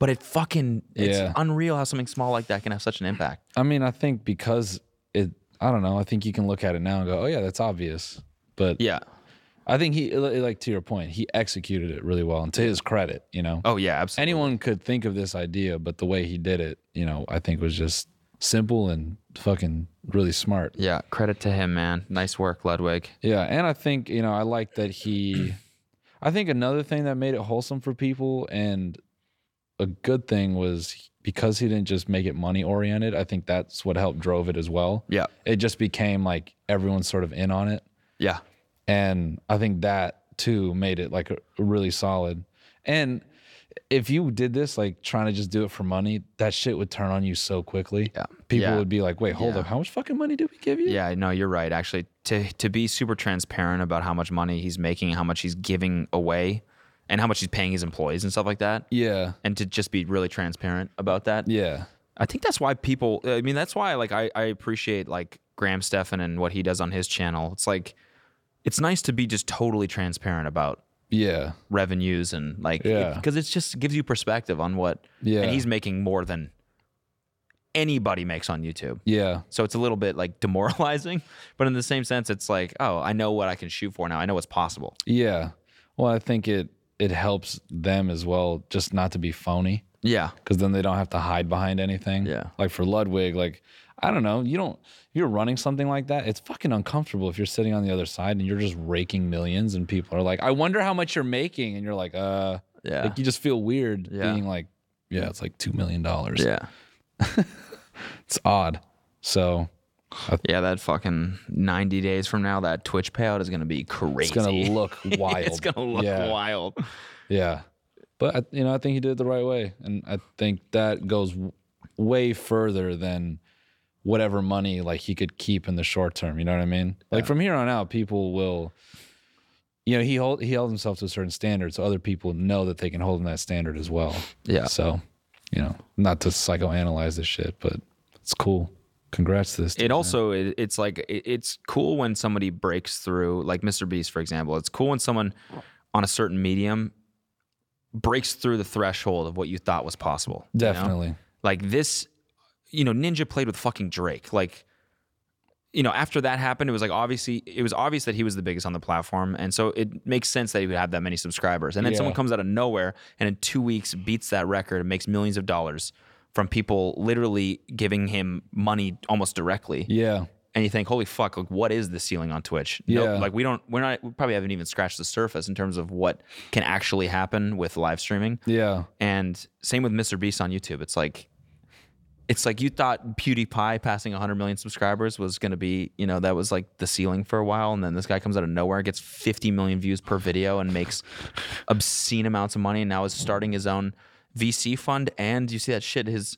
Speaker 2: but it fucking it's
Speaker 1: Yeah.
Speaker 2: unreal how something small like that can have such an impact
Speaker 1: I mean, I think because it, I don't know. I think you can look at it now and go, oh yeah, that's obvious. But
Speaker 2: yeah
Speaker 1: I think he, like to your point, he executed it really well, and to his credit, you know,
Speaker 2: oh yeah absolutely
Speaker 1: anyone could think of this idea, but the way he did it, you know, I think was just simple and fucking really smart.
Speaker 2: yeah credit to him man nice work ludwig
Speaker 1: Yeah, and I think you know I like that he. I think another thing that made it wholesome for people and a good thing was because he didn't just make it money oriented. I think that's what helped drove it as well.
Speaker 2: Yeah.
Speaker 1: It just became like everyone's sort of in on it.
Speaker 2: Yeah.
Speaker 1: And I think that too made it like a, really solid. And if you did this, like trying to just do it for money, that shit would turn on you so quickly.
Speaker 2: Yeah.
Speaker 1: People
Speaker 2: Yeah.
Speaker 1: would be like, wait, hold
Speaker 2: Yeah.
Speaker 1: up. How much fucking money did we give you?
Speaker 2: Yeah, no, you're right. Actually, to to be super transparent about how much money he's making, how much he's giving away, and how much he's paying his employees and stuff like that,
Speaker 1: Yeah.
Speaker 2: and to just be really transparent about that.
Speaker 1: Yeah.
Speaker 2: I think that's why people. I mean, that's why like I, I appreciate like Graham Stefan and what he does on his channel. It's like it's nice to be just totally transparent about
Speaker 1: Yeah.
Speaker 2: revenues and like
Speaker 1: Yeah.
Speaker 2: because it's just gives you perspective on what.
Speaker 1: Yeah.
Speaker 2: and he's making more than anybody makes on YouTube.
Speaker 1: Yeah.
Speaker 2: So it's a little bit like demoralizing, but in the same sense, it's like, oh, I know what I can shoot for now. I know what's possible.
Speaker 1: Yeah. Well, I think it it helps them as well just not to be phony
Speaker 2: Yeah.
Speaker 1: because then they don't have to hide behind anything.
Speaker 2: Yeah.
Speaker 1: Like for Ludwig, like I don't know, you don't if you're running something like that, it's fucking uncomfortable if you're sitting on the other side and you're just raking millions and people are like, "I wonder how much you're making." And you're like, "Uh,
Speaker 2: Yeah.
Speaker 1: Like you just feel weird
Speaker 2: Yeah.
Speaker 1: being like, "Yeah, it's like 2 million dollars."
Speaker 2: Yeah.
Speaker 1: It's odd. So,
Speaker 2: Yeah. That fucking 90 days from now, that Twitch payout is going to be crazy.
Speaker 1: it's going to look wild.
Speaker 2: it's going to look
Speaker 1: yeah.
Speaker 2: wild.
Speaker 1: Yeah. But I, you know, I think he did it the right way, and I think that goes w- way further than whatever money like he could keep in the short term. You know what I mean? Like from here on out, people will. You know, he hold, he held himself to a certain standard, so other people know that they can hold him that standard as well.
Speaker 2: Yeah.
Speaker 1: So, you know, not to psychoanalyze this shit, but it's cool. Congrats to this. dude,
Speaker 2: It
Speaker 1: man.
Speaker 2: also it, it's like it, it's cool when somebody breaks through, like Mr. Beast, for example. It's cool when someone on a certain medium breaks through the threshold of what you thought was possible. you know?
Speaker 1: definitely.
Speaker 2: Like this, you know, Ninja played with fucking Drake. Like, you know, after that happened, it was like obviously it was obvious that he was the biggest on the platform, and so it makes sense that he would have that many subscribers. And then
Speaker 1: Yeah.
Speaker 2: someone comes out of nowhere and in two weeks beats that record and makes millions of dollars from people literally giving him money almost directly.
Speaker 1: Yeah.
Speaker 2: And you think, holy fuck, like what is the ceiling on Twitch?
Speaker 1: Yeah.
Speaker 2: like we don't, we're not, we probably haven't even scratched the surface in terms of what can actually happen with live streaming.
Speaker 1: Yeah.
Speaker 2: And same with Mr. Beast on YouTube. It's like it's like you thought PewDiePie passing 100 million subscribers was going to be, you know, that was like the ceiling for a while and then this guy comes out of nowhere, gets 50 million views per video and makes obscene amounts of money and now is starting his own VC fund and you see that shit his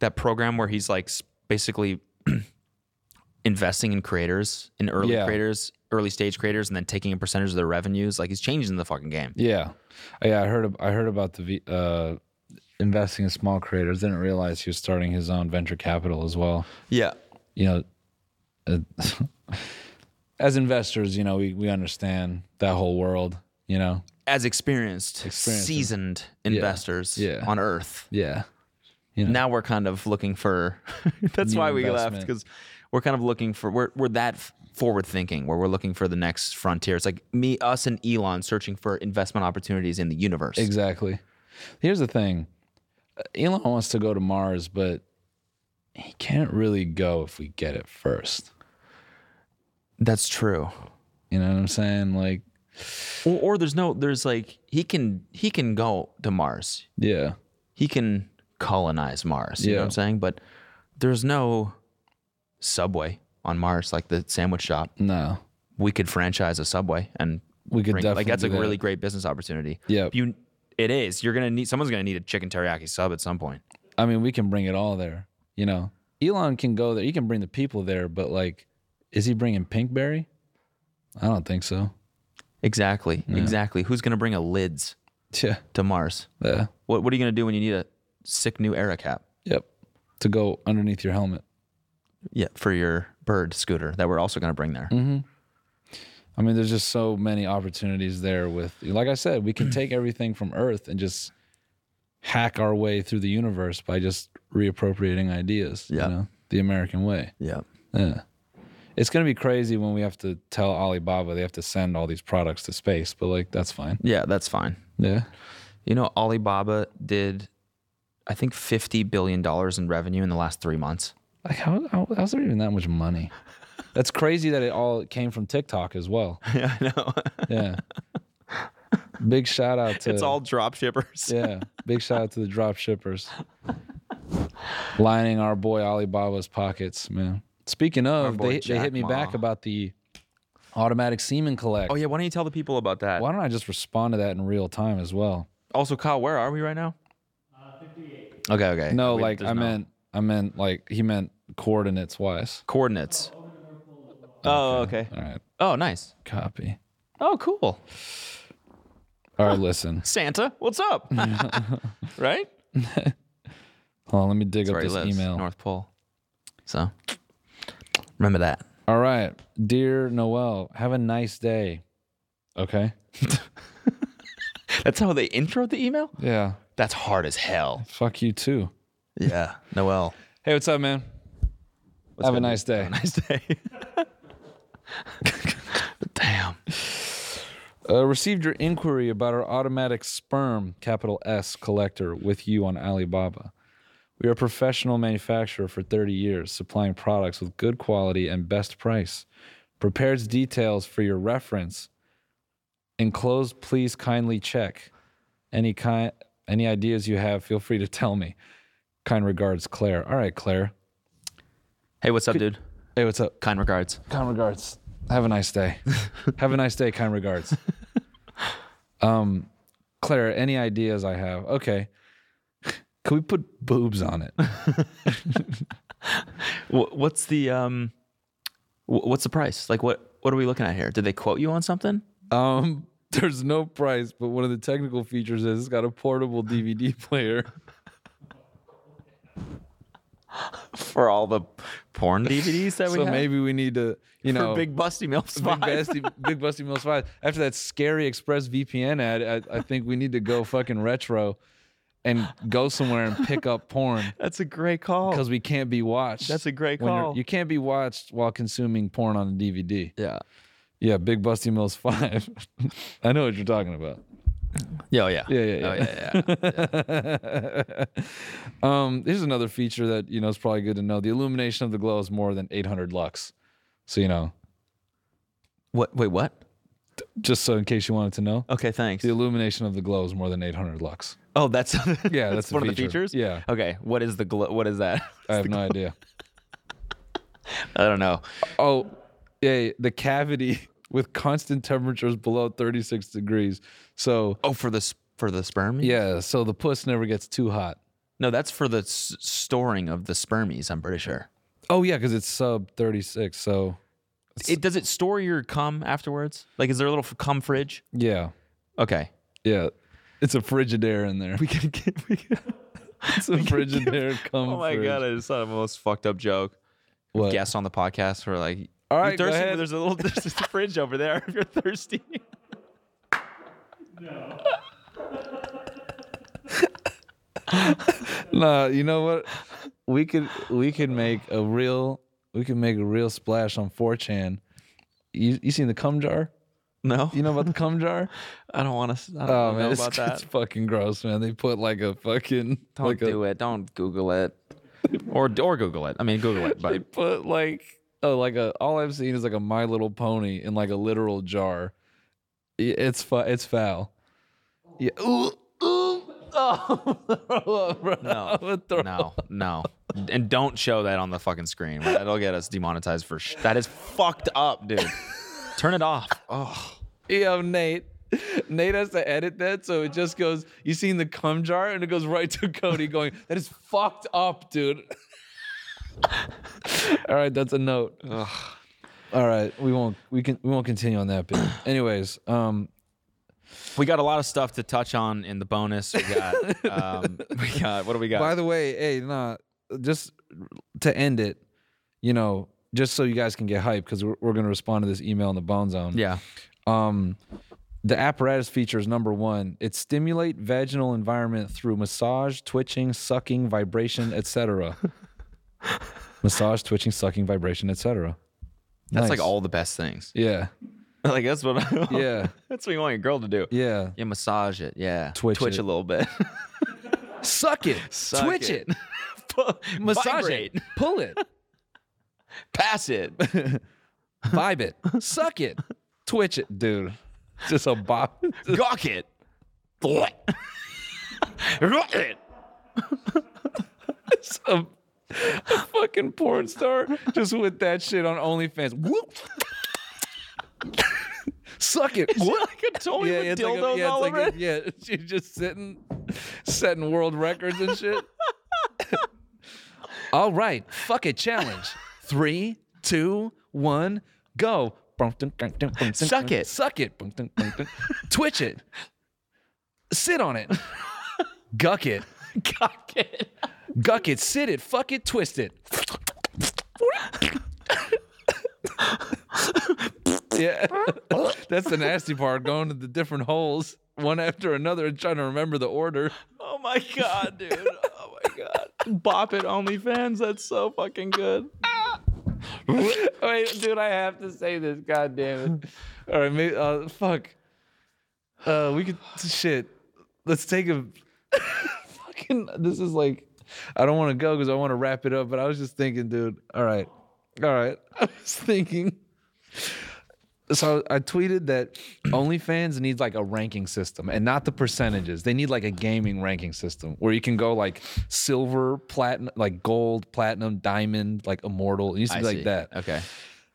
Speaker 2: that program where he's like s- basically investing in creators, in early
Speaker 1: Yeah.
Speaker 2: creators, early stage creators and then taking a percentage of their revenues, like he's changing the fucking game.
Speaker 1: Yeah, yeah. I heard. ab- I heard about the V- uh, investing in small creators. Didn't realize he was starting his own venture capital as well.
Speaker 2: Yeah.
Speaker 1: You know, uh, as investors, you know, we we understand that whole world. You know.
Speaker 2: as experienced,
Speaker 1: Experienced.
Speaker 2: seasoned investors
Speaker 1: Yeah.
Speaker 2: on Earth.
Speaker 1: Yeah.
Speaker 2: Now we're kind of looking for. that's
Speaker 1: New
Speaker 2: why we left
Speaker 1: investment.
Speaker 2: because we're kind of looking for. We're we're that forward thinking where we're looking for the next frontier. It's like me, us, and Elon searching for investment opportunities in the universe.
Speaker 1: Exactly. Here's the thing. Uh, Elon wants to go to Mars, but he can't really go if we get it first.
Speaker 2: That's true.
Speaker 1: You know what I'm saying? Like,
Speaker 2: Or, or there's no. There's like he can he can go to Mars.
Speaker 1: yeah.
Speaker 2: He can colonize Mars. You know
Speaker 1: Yeah.
Speaker 2: what I'm saying? But there's no subway on Mars like the sandwich shop.
Speaker 1: No.
Speaker 2: we could franchise a subway and
Speaker 1: We could
Speaker 2: bring- like
Speaker 1: definitely
Speaker 2: that's a
Speaker 1: do that.
Speaker 2: really great business opportunity.
Speaker 1: Yep.
Speaker 2: you it is. You're gonna need someone's gonna need a chicken teriyaki sub at some point.
Speaker 1: I mean, we can bring it all there. You know, Elon can go there. He can bring the people there, but like, is he bringing Pinkberry? I don't think so.
Speaker 2: Exactly, exactly. Who's gonna bring a lids
Speaker 1: Yeah.
Speaker 2: to Mars?
Speaker 1: Yeah.
Speaker 2: What What are you gonna do when you need a sick new era cap?
Speaker 1: Yep. To go underneath your helmet.
Speaker 2: Yeah, for your bird scooter that we're also gonna bring there.
Speaker 1: I mean, there's just so many opportunities there with, like I said, we can take everything from Earth and just hack our way through the universe by just reappropriating ideas.
Speaker 2: Yeah.
Speaker 1: You know, the American way.
Speaker 2: Yeah,
Speaker 1: Yeah. It's going to be crazy when we have to tell Alibaba they have to send all these products to space, but like, that's fine.
Speaker 2: yeah, that's fine.
Speaker 1: Yeah.
Speaker 2: You know, Alibaba did, I think, fifty billion dollars in revenue in the last three months.
Speaker 1: Like how, how how's there even that much money? That's crazy that it all came from TikTok as well.
Speaker 2: Yeah, I know.
Speaker 1: Yeah. Big shout out to
Speaker 2: It's all drop shippers.
Speaker 1: yeah. Big shout out to the drop shippers lining our boy Alibaba's pockets, man. Speaking of,
Speaker 2: boy
Speaker 1: they, they hit
Speaker 2: Jack
Speaker 1: me
Speaker 2: Ma.
Speaker 1: back about the automatic semen collect.
Speaker 2: Oh yeah, why don't you tell the people about that?
Speaker 1: Why don't I just respond to that in real time as well?
Speaker 2: Also, Kyle, where are we right now? Uh, 58. Okay, okay.
Speaker 1: No,
Speaker 2: We-
Speaker 1: like
Speaker 2: there's
Speaker 1: I
Speaker 2: no
Speaker 1: meant, I meant like he meant coordinates wise.
Speaker 2: coordinates. Oh, okay.
Speaker 1: All right,
Speaker 2: Oh, nice.
Speaker 1: copy.
Speaker 2: Oh, cool.
Speaker 1: All right, listen.
Speaker 2: Santa, what's up? right?
Speaker 1: Hold on, let me dig
Speaker 2: That's
Speaker 1: up
Speaker 2: where he
Speaker 1: this
Speaker 2: lives,
Speaker 1: email.
Speaker 2: North Pole. So remember that.
Speaker 1: All right, dear Noel, have a nice day. Okay.
Speaker 2: That's how they intro the email?
Speaker 1: Yeah.
Speaker 2: That's hard as hell.
Speaker 1: Fuck you too.
Speaker 2: Yeah. Noel.
Speaker 1: Hey, what's up, man? have a
Speaker 2: good,
Speaker 1: nice day.
Speaker 2: Nice day. Damn.
Speaker 1: Uh, received your inquiry about our automatic sperm capital S collector with you on Alibaba. We are a professional manufacturer for 30 years, supplying products with good quality and best price. Prepares details for your reference. Enclosed, please kindly check. Any kind, any ideas you have, feel free to tell me. Kind regards, Claire. All right, Claire.
Speaker 2: Hey, what's up, dude?
Speaker 1: Hey, what's up?
Speaker 2: Kind regards.
Speaker 1: Kind regards. Have a nice day. have a nice day. Kind regards. um, Claire, any ideas I have? Okay. Can we put boobs on it?
Speaker 2: Wh- What's the um? wh- What's the price? Like, what what are we looking at here? Did they quote you on something?
Speaker 1: Um, there's no price, but one of the technical features is it's got a portable DVD player.
Speaker 2: for all the porn DVDs that we
Speaker 1: so
Speaker 2: have.
Speaker 1: maybe we need to, you
Speaker 2: for
Speaker 1: know,
Speaker 2: Big Busty Milf
Speaker 1: Big
Speaker 2: Spot.
Speaker 1: Busty, Big Busty Mills Five. After that scary Express VPN ad, I, I think we need to go fucking retro and go somewhere and pick up porn.
Speaker 2: That's a great call.
Speaker 1: because we can't be watched.
Speaker 2: Oh. That's a great
Speaker 1: when you're-
Speaker 2: call.
Speaker 1: You can't be watched while consuming porn on a DVD.
Speaker 2: Yeah.
Speaker 1: Yeah, Big Busty Mills Five. I know what you're talking about.
Speaker 2: Yeah, oh, yeah.
Speaker 1: Yeah, yeah, yeah.
Speaker 2: Oh, yeah, yeah.
Speaker 1: Um, here's another feature that you know is probably good to know: the illumination of the glow is more than 800 lux. So you know,
Speaker 2: what? Wait, what?
Speaker 1: just so in case you wanted to know,
Speaker 2: Okay, thanks.
Speaker 1: the illumination of the glow is more than 800 lux.
Speaker 2: Oh, that's
Speaker 1: Yeah, that's,
Speaker 2: that's,
Speaker 1: a
Speaker 2: one of the
Speaker 1: feature.
Speaker 2: features.
Speaker 1: Yeah,
Speaker 2: Okay, what is the glo- what is that?
Speaker 1: I have no idea.
Speaker 2: I don't know.
Speaker 1: Oh, yeah, the cavity with constant temperatures below 36 degrees. So
Speaker 2: Oh, for the s- for the sperm?
Speaker 1: yeah, so the puss never gets too hot.
Speaker 2: No, that's for the s- storing of the spermies. I'm pretty sure.
Speaker 1: Oh yeah, because it's sub thirty six. So
Speaker 2: It does it store your cum afterwards? Like, is there a little f- cum fridge?
Speaker 1: yeah,
Speaker 2: Okay.
Speaker 1: yeah, it's a Frigidaire in there.
Speaker 2: We can get. We can,
Speaker 1: It's a Frigidaire. Come.
Speaker 2: oh my god! I just thought of the most fucked up joke.
Speaker 1: What?
Speaker 2: guests on the podcast who are like,
Speaker 1: All
Speaker 2: "You
Speaker 1: right, go
Speaker 2: thirsty?
Speaker 1: ahead.
Speaker 2: There's a little there's a fridge over there if you're thirsty."
Speaker 1: Nah, you know what? We could we could make a real we could make a real splash on 4chan. You you seen the cum jar?
Speaker 2: No,
Speaker 1: You know about the cum jar?
Speaker 2: I don't want to. I don't
Speaker 1: Oh
Speaker 2: wanna
Speaker 1: man,
Speaker 2: know
Speaker 1: it's,
Speaker 2: about that.
Speaker 1: it's fucking gross, man. They put like a fucking
Speaker 2: don't
Speaker 1: like a,
Speaker 2: do it. Don't Google it, or or Google it. I mean, Google it,
Speaker 1: They
Speaker 2: but
Speaker 1: put like oh like a all I've seen is like a My Little Pony in like a literal jar. I- It's fu- it's foul. Yeah. Ooh, ooh. Oh, throw up, bro. I'm gonna
Speaker 2: no,
Speaker 1: throw
Speaker 2: no, no, and don't show that on the fucking screen. That'll get us demonetized for. Sh- that is fucked up, dude. Turn it off. Oh,
Speaker 1: Yo, Nate. Nate has to edit that, so it just goes. You seen the cum jar, and it goes right to Cody, going, "That is fucked up, dude." All right, that's a note. All right, we won't we can we won't continue on that bit. Anyways, um,
Speaker 2: we got a lot of stuff to touch on in the bonus. We got, um, we got. What do we got?
Speaker 1: By the way, hey, nah, just to end it, you know, just so you guys can get hype because we're, we're going to respond to this email in the bone zone.
Speaker 2: yeah.
Speaker 1: Um, the apparatus feature is number one. It stimulate vaginal environment through massage, twitching, sucking, vibration, etc. massage, twitching, sucking, vibration, etc.
Speaker 2: That's like
Speaker 1: Nice.
Speaker 2: all the best things.
Speaker 1: Yeah,
Speaker 2: Like that's what I,
Speaker 1: Yeah.
Speaker 2: that's what you want your girl to do.
Speaker 1: yeah.
Speaker 2: Yeah, massage it. Yeah,
Speaker 1: Twitch
Speaker 2: twitch
Speaker 1: it.
Speaker 2: a little bit.
Speaker 1: Suck it,
Speaker 2: Suck
Speaker 1: twitch it, massage
Speaker 2: Vibrate.
Speaker 1: it, pull it,
Speaker 2: pass it.
Speaker 1: vibe it, suck it, twitch it, dude. just a bop.
Speaker 2: Gawk it. What? it.
Speaker 1: Some a fucking porn star just with that shit on OnlyFans. Whoop. Suck it. What?
Speaker 2: Like a Tony
Speaker 1: yeah,
Speaker 2: with
Speaker 1: it's like a-
Speaker 2: dildos
Speaker 1: yeah, it's
Speaker 2: all
Speaker 1: like
Speaker 2: over
Speaker 1: a-
Speaker 2: it.
Speaker 1: yeah, she's just sitting, setting world records and shit. all right, fuck it, challenge. Three, two, one, go.
Speaker 2: Suck it.
Speaker 1: Suck it. Twitch it. Sit on it. Guck it.
Speaker 2: Gawk it.
Speaker 1: Guck it, sit it, fuck it, twist it. yeah. That's the nasty part, going to the different holes one after another and trying to remember the order.
Speaker 2: Oh my god, dude. Oh my god. Bop it OnlyFans. That's so fucking good.
Speaker 1: Wait, dude, I have to say this. God damn it. All right, maybe, uh, fuck. Uh, we could, shit. Let's take a fucking, this is like, I don't want to go because I want to wrap it up, but I was just thinking, dude, all right. All right. I was thinking. So I tweeted that OnlyFans needs like a ranking system and not the percentages. They need like a gaming ranking system where you can go like silver, platinum, like gold, platinum, diamond, like immortal. It used to
Speaker 2: I
Speaker 1: be like
Speaker 2: see.
Speaker 1: that
Speaker 2: Okay.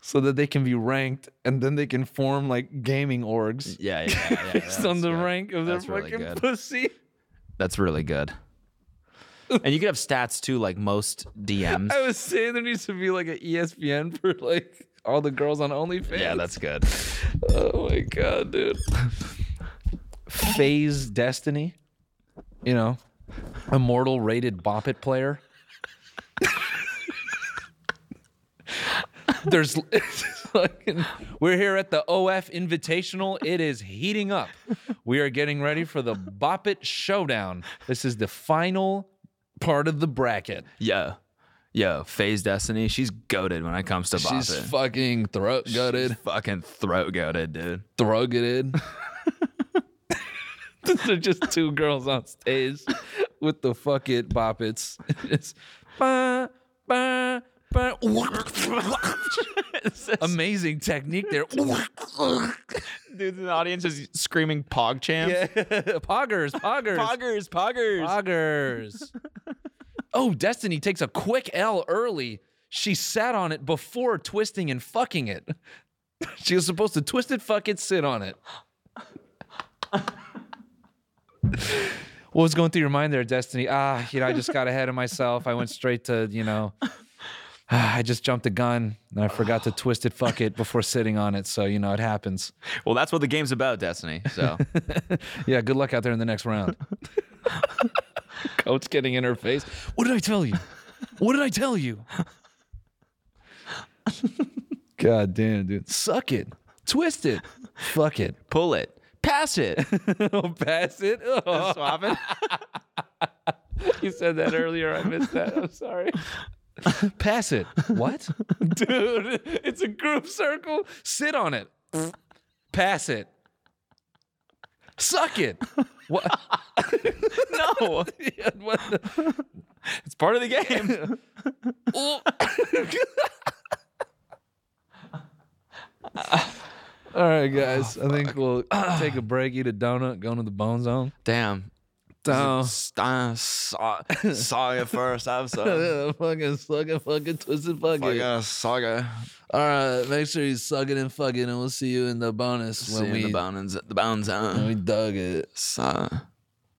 Speaker 1: so that they can be ranked and then they can form like gaming orgs
Speaker 2: Yeah, yeah, yeah. yeah,
Speaker 1: based on
Speaker 2: that's
Speaker 1: the
Speaker 2: good.
Speaker 1: rank of their
Speaker 2: That's really
Speaker 1: fucking
Speaker 2: good.
Speaker 1: pussy.
Speaker 2: That's really good. And you could have stats too, like most DMs.
Speaker 1: I was saying there needs to be like E an ESPN for like all the girls on OnlyFans.
Speaker 2: Yeah, that's good.
Speaker 1: oh my god, dude. Phase Destiny, you know, immortal rated bop it player. There's it's fucking- we're here at the OF Invitational. It is heating up. We are getting ready for the Bop It Showdown. This is the final part of the bracket.
Speaker 2: Yeah. Yo, Phase Destiny, she's goaded when it comes to bop
Speaker 1: She's
Speaker 2: it.
Speaker 1: fucking throat gutted.
Speaker 2: She's fucking throat goaded, dude.
Speaker 1: throated. These are just two girls on stage with the fuck it boppets. It's ba, ba, ba. Amazing technique there.
Speaker 2: Dude, the audience is screaming pog champs.
Speaker 1: Yeah. Poggers, poggers,
Speaker 2: Poggers, poggers.
Speaker 1: poggers. Oh, Destiny takes a quick L early. She sat on it before twisting and fucking it. She was supposed to twist it, fuck it, sit on it. what was going through your mind there, Destiny? Ah, you know, I just got ahead of myself. I went straight to, you know, I just jumped the gun and I forgot to twist it, fuck it, before sitting on it. So, you know, it happens.
Speaker 2: Well, that's what the game's about, Destiny. So
Speaker 1: Yeah, good luck out there in the next round. Coach getting in her face. What did I tell you? What did I tell you? God damn, dude. Suck it. Twist it. Fuck it.
Speaker 2: pull it, pass it,
Speaker 1: Pass it. Oh,
Speaker 2: swap it,
Speaker 1: you said that earlier. I missed that. I'm sorry. Pass it. What? Dude, it's a group circle. Sit on it. Pass it. Suck it. What?
Speaker 2: no,
Speaker 1: Yeah, what the-
Speaker 2: it's part of the game.
Speaker 1: All right, guys. I think we'll take a break, eat a donut, go into the bone zone.
Speaker 2: Damn.
Speaker 1: Down.
Speaker 2: St- uh, saw, saga first episode.
Speaker 1: fucking sucking, fucking twisted,
Speaker 2: Fucking saga.
Speaker 1: All right, make sure you suck it and fuck it, and we'll see you in the bonus
Speaker 2: See you in the bounds, the bounds. Uh,
Speaker 1: dug it.
Speaker 2: saga.